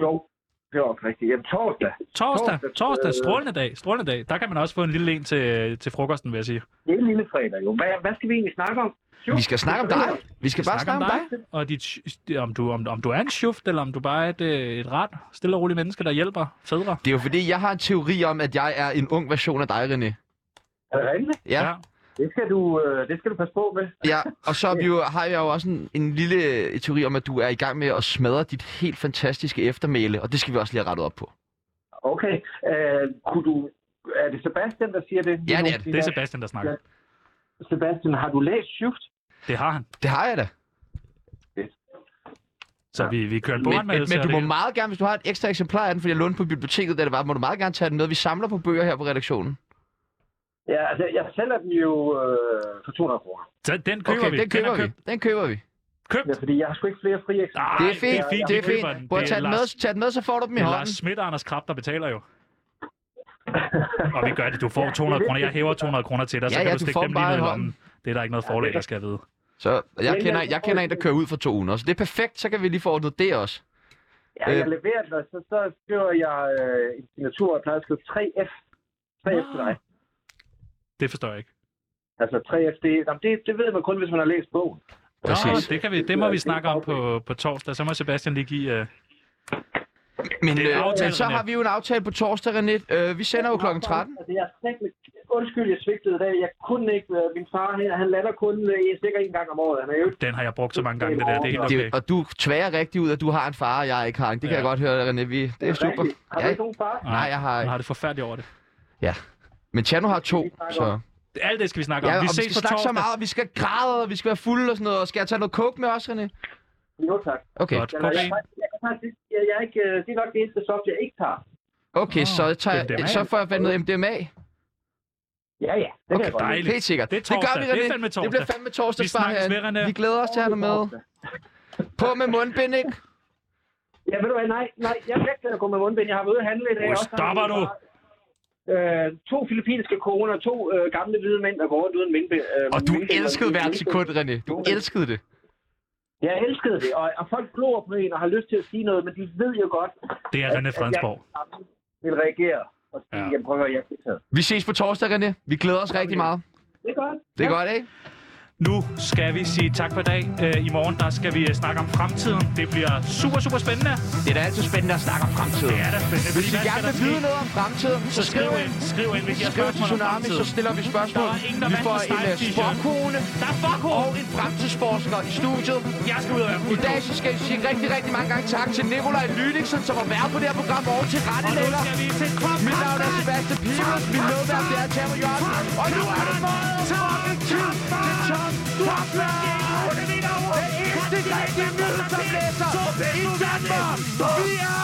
Speaker 6: Jo, det var rigtigt. Jamen, torsdag.
Speaker 4: Torsdag,
Speaker 6: Torsdag,
Speaker 4: torsdag,
Speaker 6: øh.
Speaker 4: strålende dag, strålende dag. Der kan man også få en lille en til, til frokosten, vil jeg sige.
Speaker 6: Det er lille fredag jo. Hvad, hvad skal vi egentlig snakke om? Jo,
Speaker 3: Vi skal snakke om dig. Vi skal bare snakke om dig.
Speaker 4: og dit, om, du, om, om du er en schuft, eller om du bare er et, øh, et ret, stille og roligt menneske, der hjælper fædre.
Speaker 3: Det er jo fordi, jeg har en teori om, at jeg er en ung version af dig, René.
Speaker 6: Er det rigtigt?
Speaker 3: Ja.
Speaker 6: Det skal du, øh, det skal du passe på med.
Speaker 3: Ja, og så er vi jo, har jeg jo også en, en lille teori om, at du er i gang med at smadre dit helt fantastiske eftermæle, og det skal vi også lige have rettet op på.
Speaker 6: Okay. Øh, kunne du, er det Sebastian, der siger det?
Speaker 3: Ja, det er det.
Speaker 4: Det er Sebastian, der snakker.
Speaker 6: Ja. Sebastian, har du læst Shift?
Speaker 4: Det har han.
Speaker 3: Det har jeg da.
Speaker 4: Så vi, vi kører en
Speaker 3: Men, men,
Speaker 4: boganmeldelse.
Speaker 3: men du
Speaker 4: af
Speaker 3: må
Speaker 4: det.
Speaker 3: meget gerne, hvis du har et ekstra eksemplar af den, fordi jeg lånte på biblioteket, da det var, må du meget gerne tage den med. Vi samler på bøger her på redaktionen.
Speaker 6: Ja, altså, jeg sælger den jo øh, for 200 kroner.
Speaker 4: Så den køber
Speaker 3: Okay,
Speaker 4: vi.
Speaker 3: den køber
Speaker 4: er
Speaker 3: vi. Den køber vi.
Speaker 4: Købt.
Speaker 6: Ja,
Speaker 4: købt.
Speaker 6: fordi jeg har sgu ikke flere frie eksemplarer.
Speaker 4: Ah,
Speaker 3: Det
Speaker 4: Ej,
Speaker 3: er fint,
Speaker 4: det er fint,
Speaker 3: det er
Speaker 4: jeg køber den.
Speaker 3: fint. Prøv at
Speaker 4: Det er
Speaker 3: tage den med,
Speaker 4: Lars-
Speaker 3: tag den med, så får du dem i
Speaker 4: Det er Lars
Speaker 3: hånden.
Speaker 4: Schmidt og Anders Krab, der betaler jo. Og vi gør det. Du får 200 kroner. Jeg hæver 200 kroner til dig, så
Speaker 3: Ja,
Speaker 4: kan
Speaker 3: ja,
Speaker 4: du
Speaker 3: du
Speaker 4: stikke
Speaker 3: får
Speaker 4: dem
Speaker 3: dem
Speaker 4: lige
Speaker 3: bare
Speaker 4: ned i
Speaker 3: i
Speaker 4: lommen. Det er der ikke noget forlag, der skal vide.
Speaker 3: Så jeg
Speaker 6: Men
Speaker 3: kender,
Speaker 6: jeg-
Speaker 3: jeg kender en, der kører ud for to uger, så det er perfekt, så kan vi lige få ordnet det også.
Speaker 6: Ja, jeg leverer den, og så, så skriver jeg øh, en signatur, og jeg plejer at skrive 3F. 3F til dig.
Speaker 4: Det forstår jeg ikke.
Speaker 6: Altså 3F, det, jamen, det, det ved man kun, hvis man har læst bogen.
Speaker 4: Nå,
Speaker 3: Præcis.
Speaker 4: det, kan vi, det må vi snakke om på, på torsdag. Så må Sebastian lige give... Uh...
Speaker 3: Men,
Speaker 4: Det er en
Speaker 3: øh,
Speaker 4: aftale,
Speaker 3: men så
Speaker 4: René.
Speaker 3: har vi jo en aftale på torsdag, René. Øh, vi sender jo klokken 13.
Speaker 6: Altså, jeg er slet ikke- undskyld, jeg svigtede i dag. Jeg kunne ikke... Øh, min far her, han lander kun øh, sikkert en gang om året. Han er jo
Speaker 4: Den har jeg brugt så mange gange, det der. Det er helt
Speaker 3: Det, er-
Speaker 4: okay.
Speaker 3: og du tværer rigtig ud, at du har en far, og jeg ikke har en. Det kan
Speaker 4: Ja.
Speaker 3: jeg godt høre, René. Vi, det er super.
Speaker 6: Har du
Speaker 3: Ja,
Speaker 6: ikke nogen far?
Speaker 3: nej, jeg har
Speaker 4: Han
Speaker 3: ikke.
Speaker 4: har det forfærdeligt over det.
Speaker 3: Men Chano har to, så...
Speaker 4: Alt det skal vi snakke om.
Speaker 3: Ja, og
Speaker 4: vi
Speaker 3: vi skal
Speaker 4: ses på
Speaker 3: snakke så
Speaker 4: torsdag.
Speaker 3: meget, og vi skal græde, og vi skal være fulde og sådan noget. Og skal jeg tage noget coke med os, René?
Speaker 6: Jo, tak.
Speaker 3: Okay,
Speaker 4: Godt.
Speaker 6: Jeg, jeg,
Speaker 4: Kokain.
Speaker 6: jeg, jeg, kan faktisk- jeg, jeg, er ikke, øh, det er nok det eneste stof, jeg ikke tager.
Speaker 3: okay
Speaker 4: Åh,
Speaker 3: så, tager,
Speaker 4: MDMA.
Speaker 3: jeg- så får jeg fandt noget MDMA.
Speaker 6: Ja, ja. Det kan
Speaker 3: Okay,
Speaker 6: jeg godt.
Speaker 4: dejligt.
Speaker 3: helt sikkert.
Speaker 4: Det er torsdag. Det er fandme
Speaker 3: Det bliver
Speaker 4: torsdag.
Speaker 3: fandme torsdag.
Speaker 4: Vi snakkes ved, René.
Speaker 3: Vi glæder os til at have dig med. På med mundbind, ikke?
Speaker 6: Ja, ved du hvad, nej, nej, jeg er ikke til at gå med mundbind. Jeg har været ude at handle i dag.
Speaker 4: Nu
Speaker 6: Også
Speaker 4: stopper
Speaker 6: har jeg- Øh, to filippinske koner og to øh, gamle hvide mænd, der går rundt uden mindbind. Øh,
Speaker 3: Og du
Speaker 6: mindbind-
Speaker 3: elskede hvert sekund, René. Du elskede det.
Speaker 6: Jeg elskede det, og, og folk glor på en og har lyst til at sige noget, men de ved jo godt,
Speaker 4: Det er René Fredensborg.
Speaker 6: at jeg vil reagere og sige,
Speaker 4: Ja.
Speaker 6: ja. jeg prøver, jeg er irriteret."
Speaker 3: Vi ses på torsdag, René. Vi glæder os rigtig meget.
Speaker 6: Det er godt.
Speaker 3: Det er godt, ikke?
Speaker 4: Nu skal vi sige tak for i dag. Øh, I morgen der skal vi øh, snakke om fremtiden. Det bliver super, super spændende.
Speaker 3: Det er da altid spændende at snakke om fremtiden.
Speaker 4: Det er da spændende.
Speaker 3: Hvis
Speaker 4: fordi
Speaker 3: I
Speaker 4: hvad
Speaker 3: gerne
Speaker 4: skal
Speaker 3: vil
Speaker 4: der
Speaker 3: vide
Speaker 4: ske?
Speaker 3: noget om fremtiden, så
Speaker 4: Så skriv
Speaker 3: skriv
Speaker 4: ind.
Speaker 3: ind.
Speaker 4: Skriv ind, hvis I har
Speaker 3: Skriv til
Speaker 4: spørgsmål om
Speaker 3: Tsunami, så
Speaker 4: fremtiden.
Speaker 3: stiller vi spørgsmål.
Speaker 4: Der er ingen, der
Speaker 3: Vi
Speaker 4: vandt
Speaker 3: får
Speaker 4: en
Speaker 3: en øh,
Speaker 4: stejl t-shirt.
Speaker 3: sporkone
Speaker 4: Der er fuckhul!
Speaker 3: og en fremtidsforsker i studiet.
Speaker 4: Jeg skal ud og være
Speaker 3: I dag så skal jeg sige rigtig, rigtig mange gange tak til Nikolaj Lydingsen, som har været på det her program og til
Speaker 4: Og nu
Speaker 3: rettelægger.
Speaker 4: skal vi til Krop
Speaker 3: Mit navn er Sebastian Pibels, min medvært det er Tammer Jørgensen. Og nu er det fucking tid til Tom Duffler! Den eneste rigtige nyhedsoplæser i Danmark! Vi er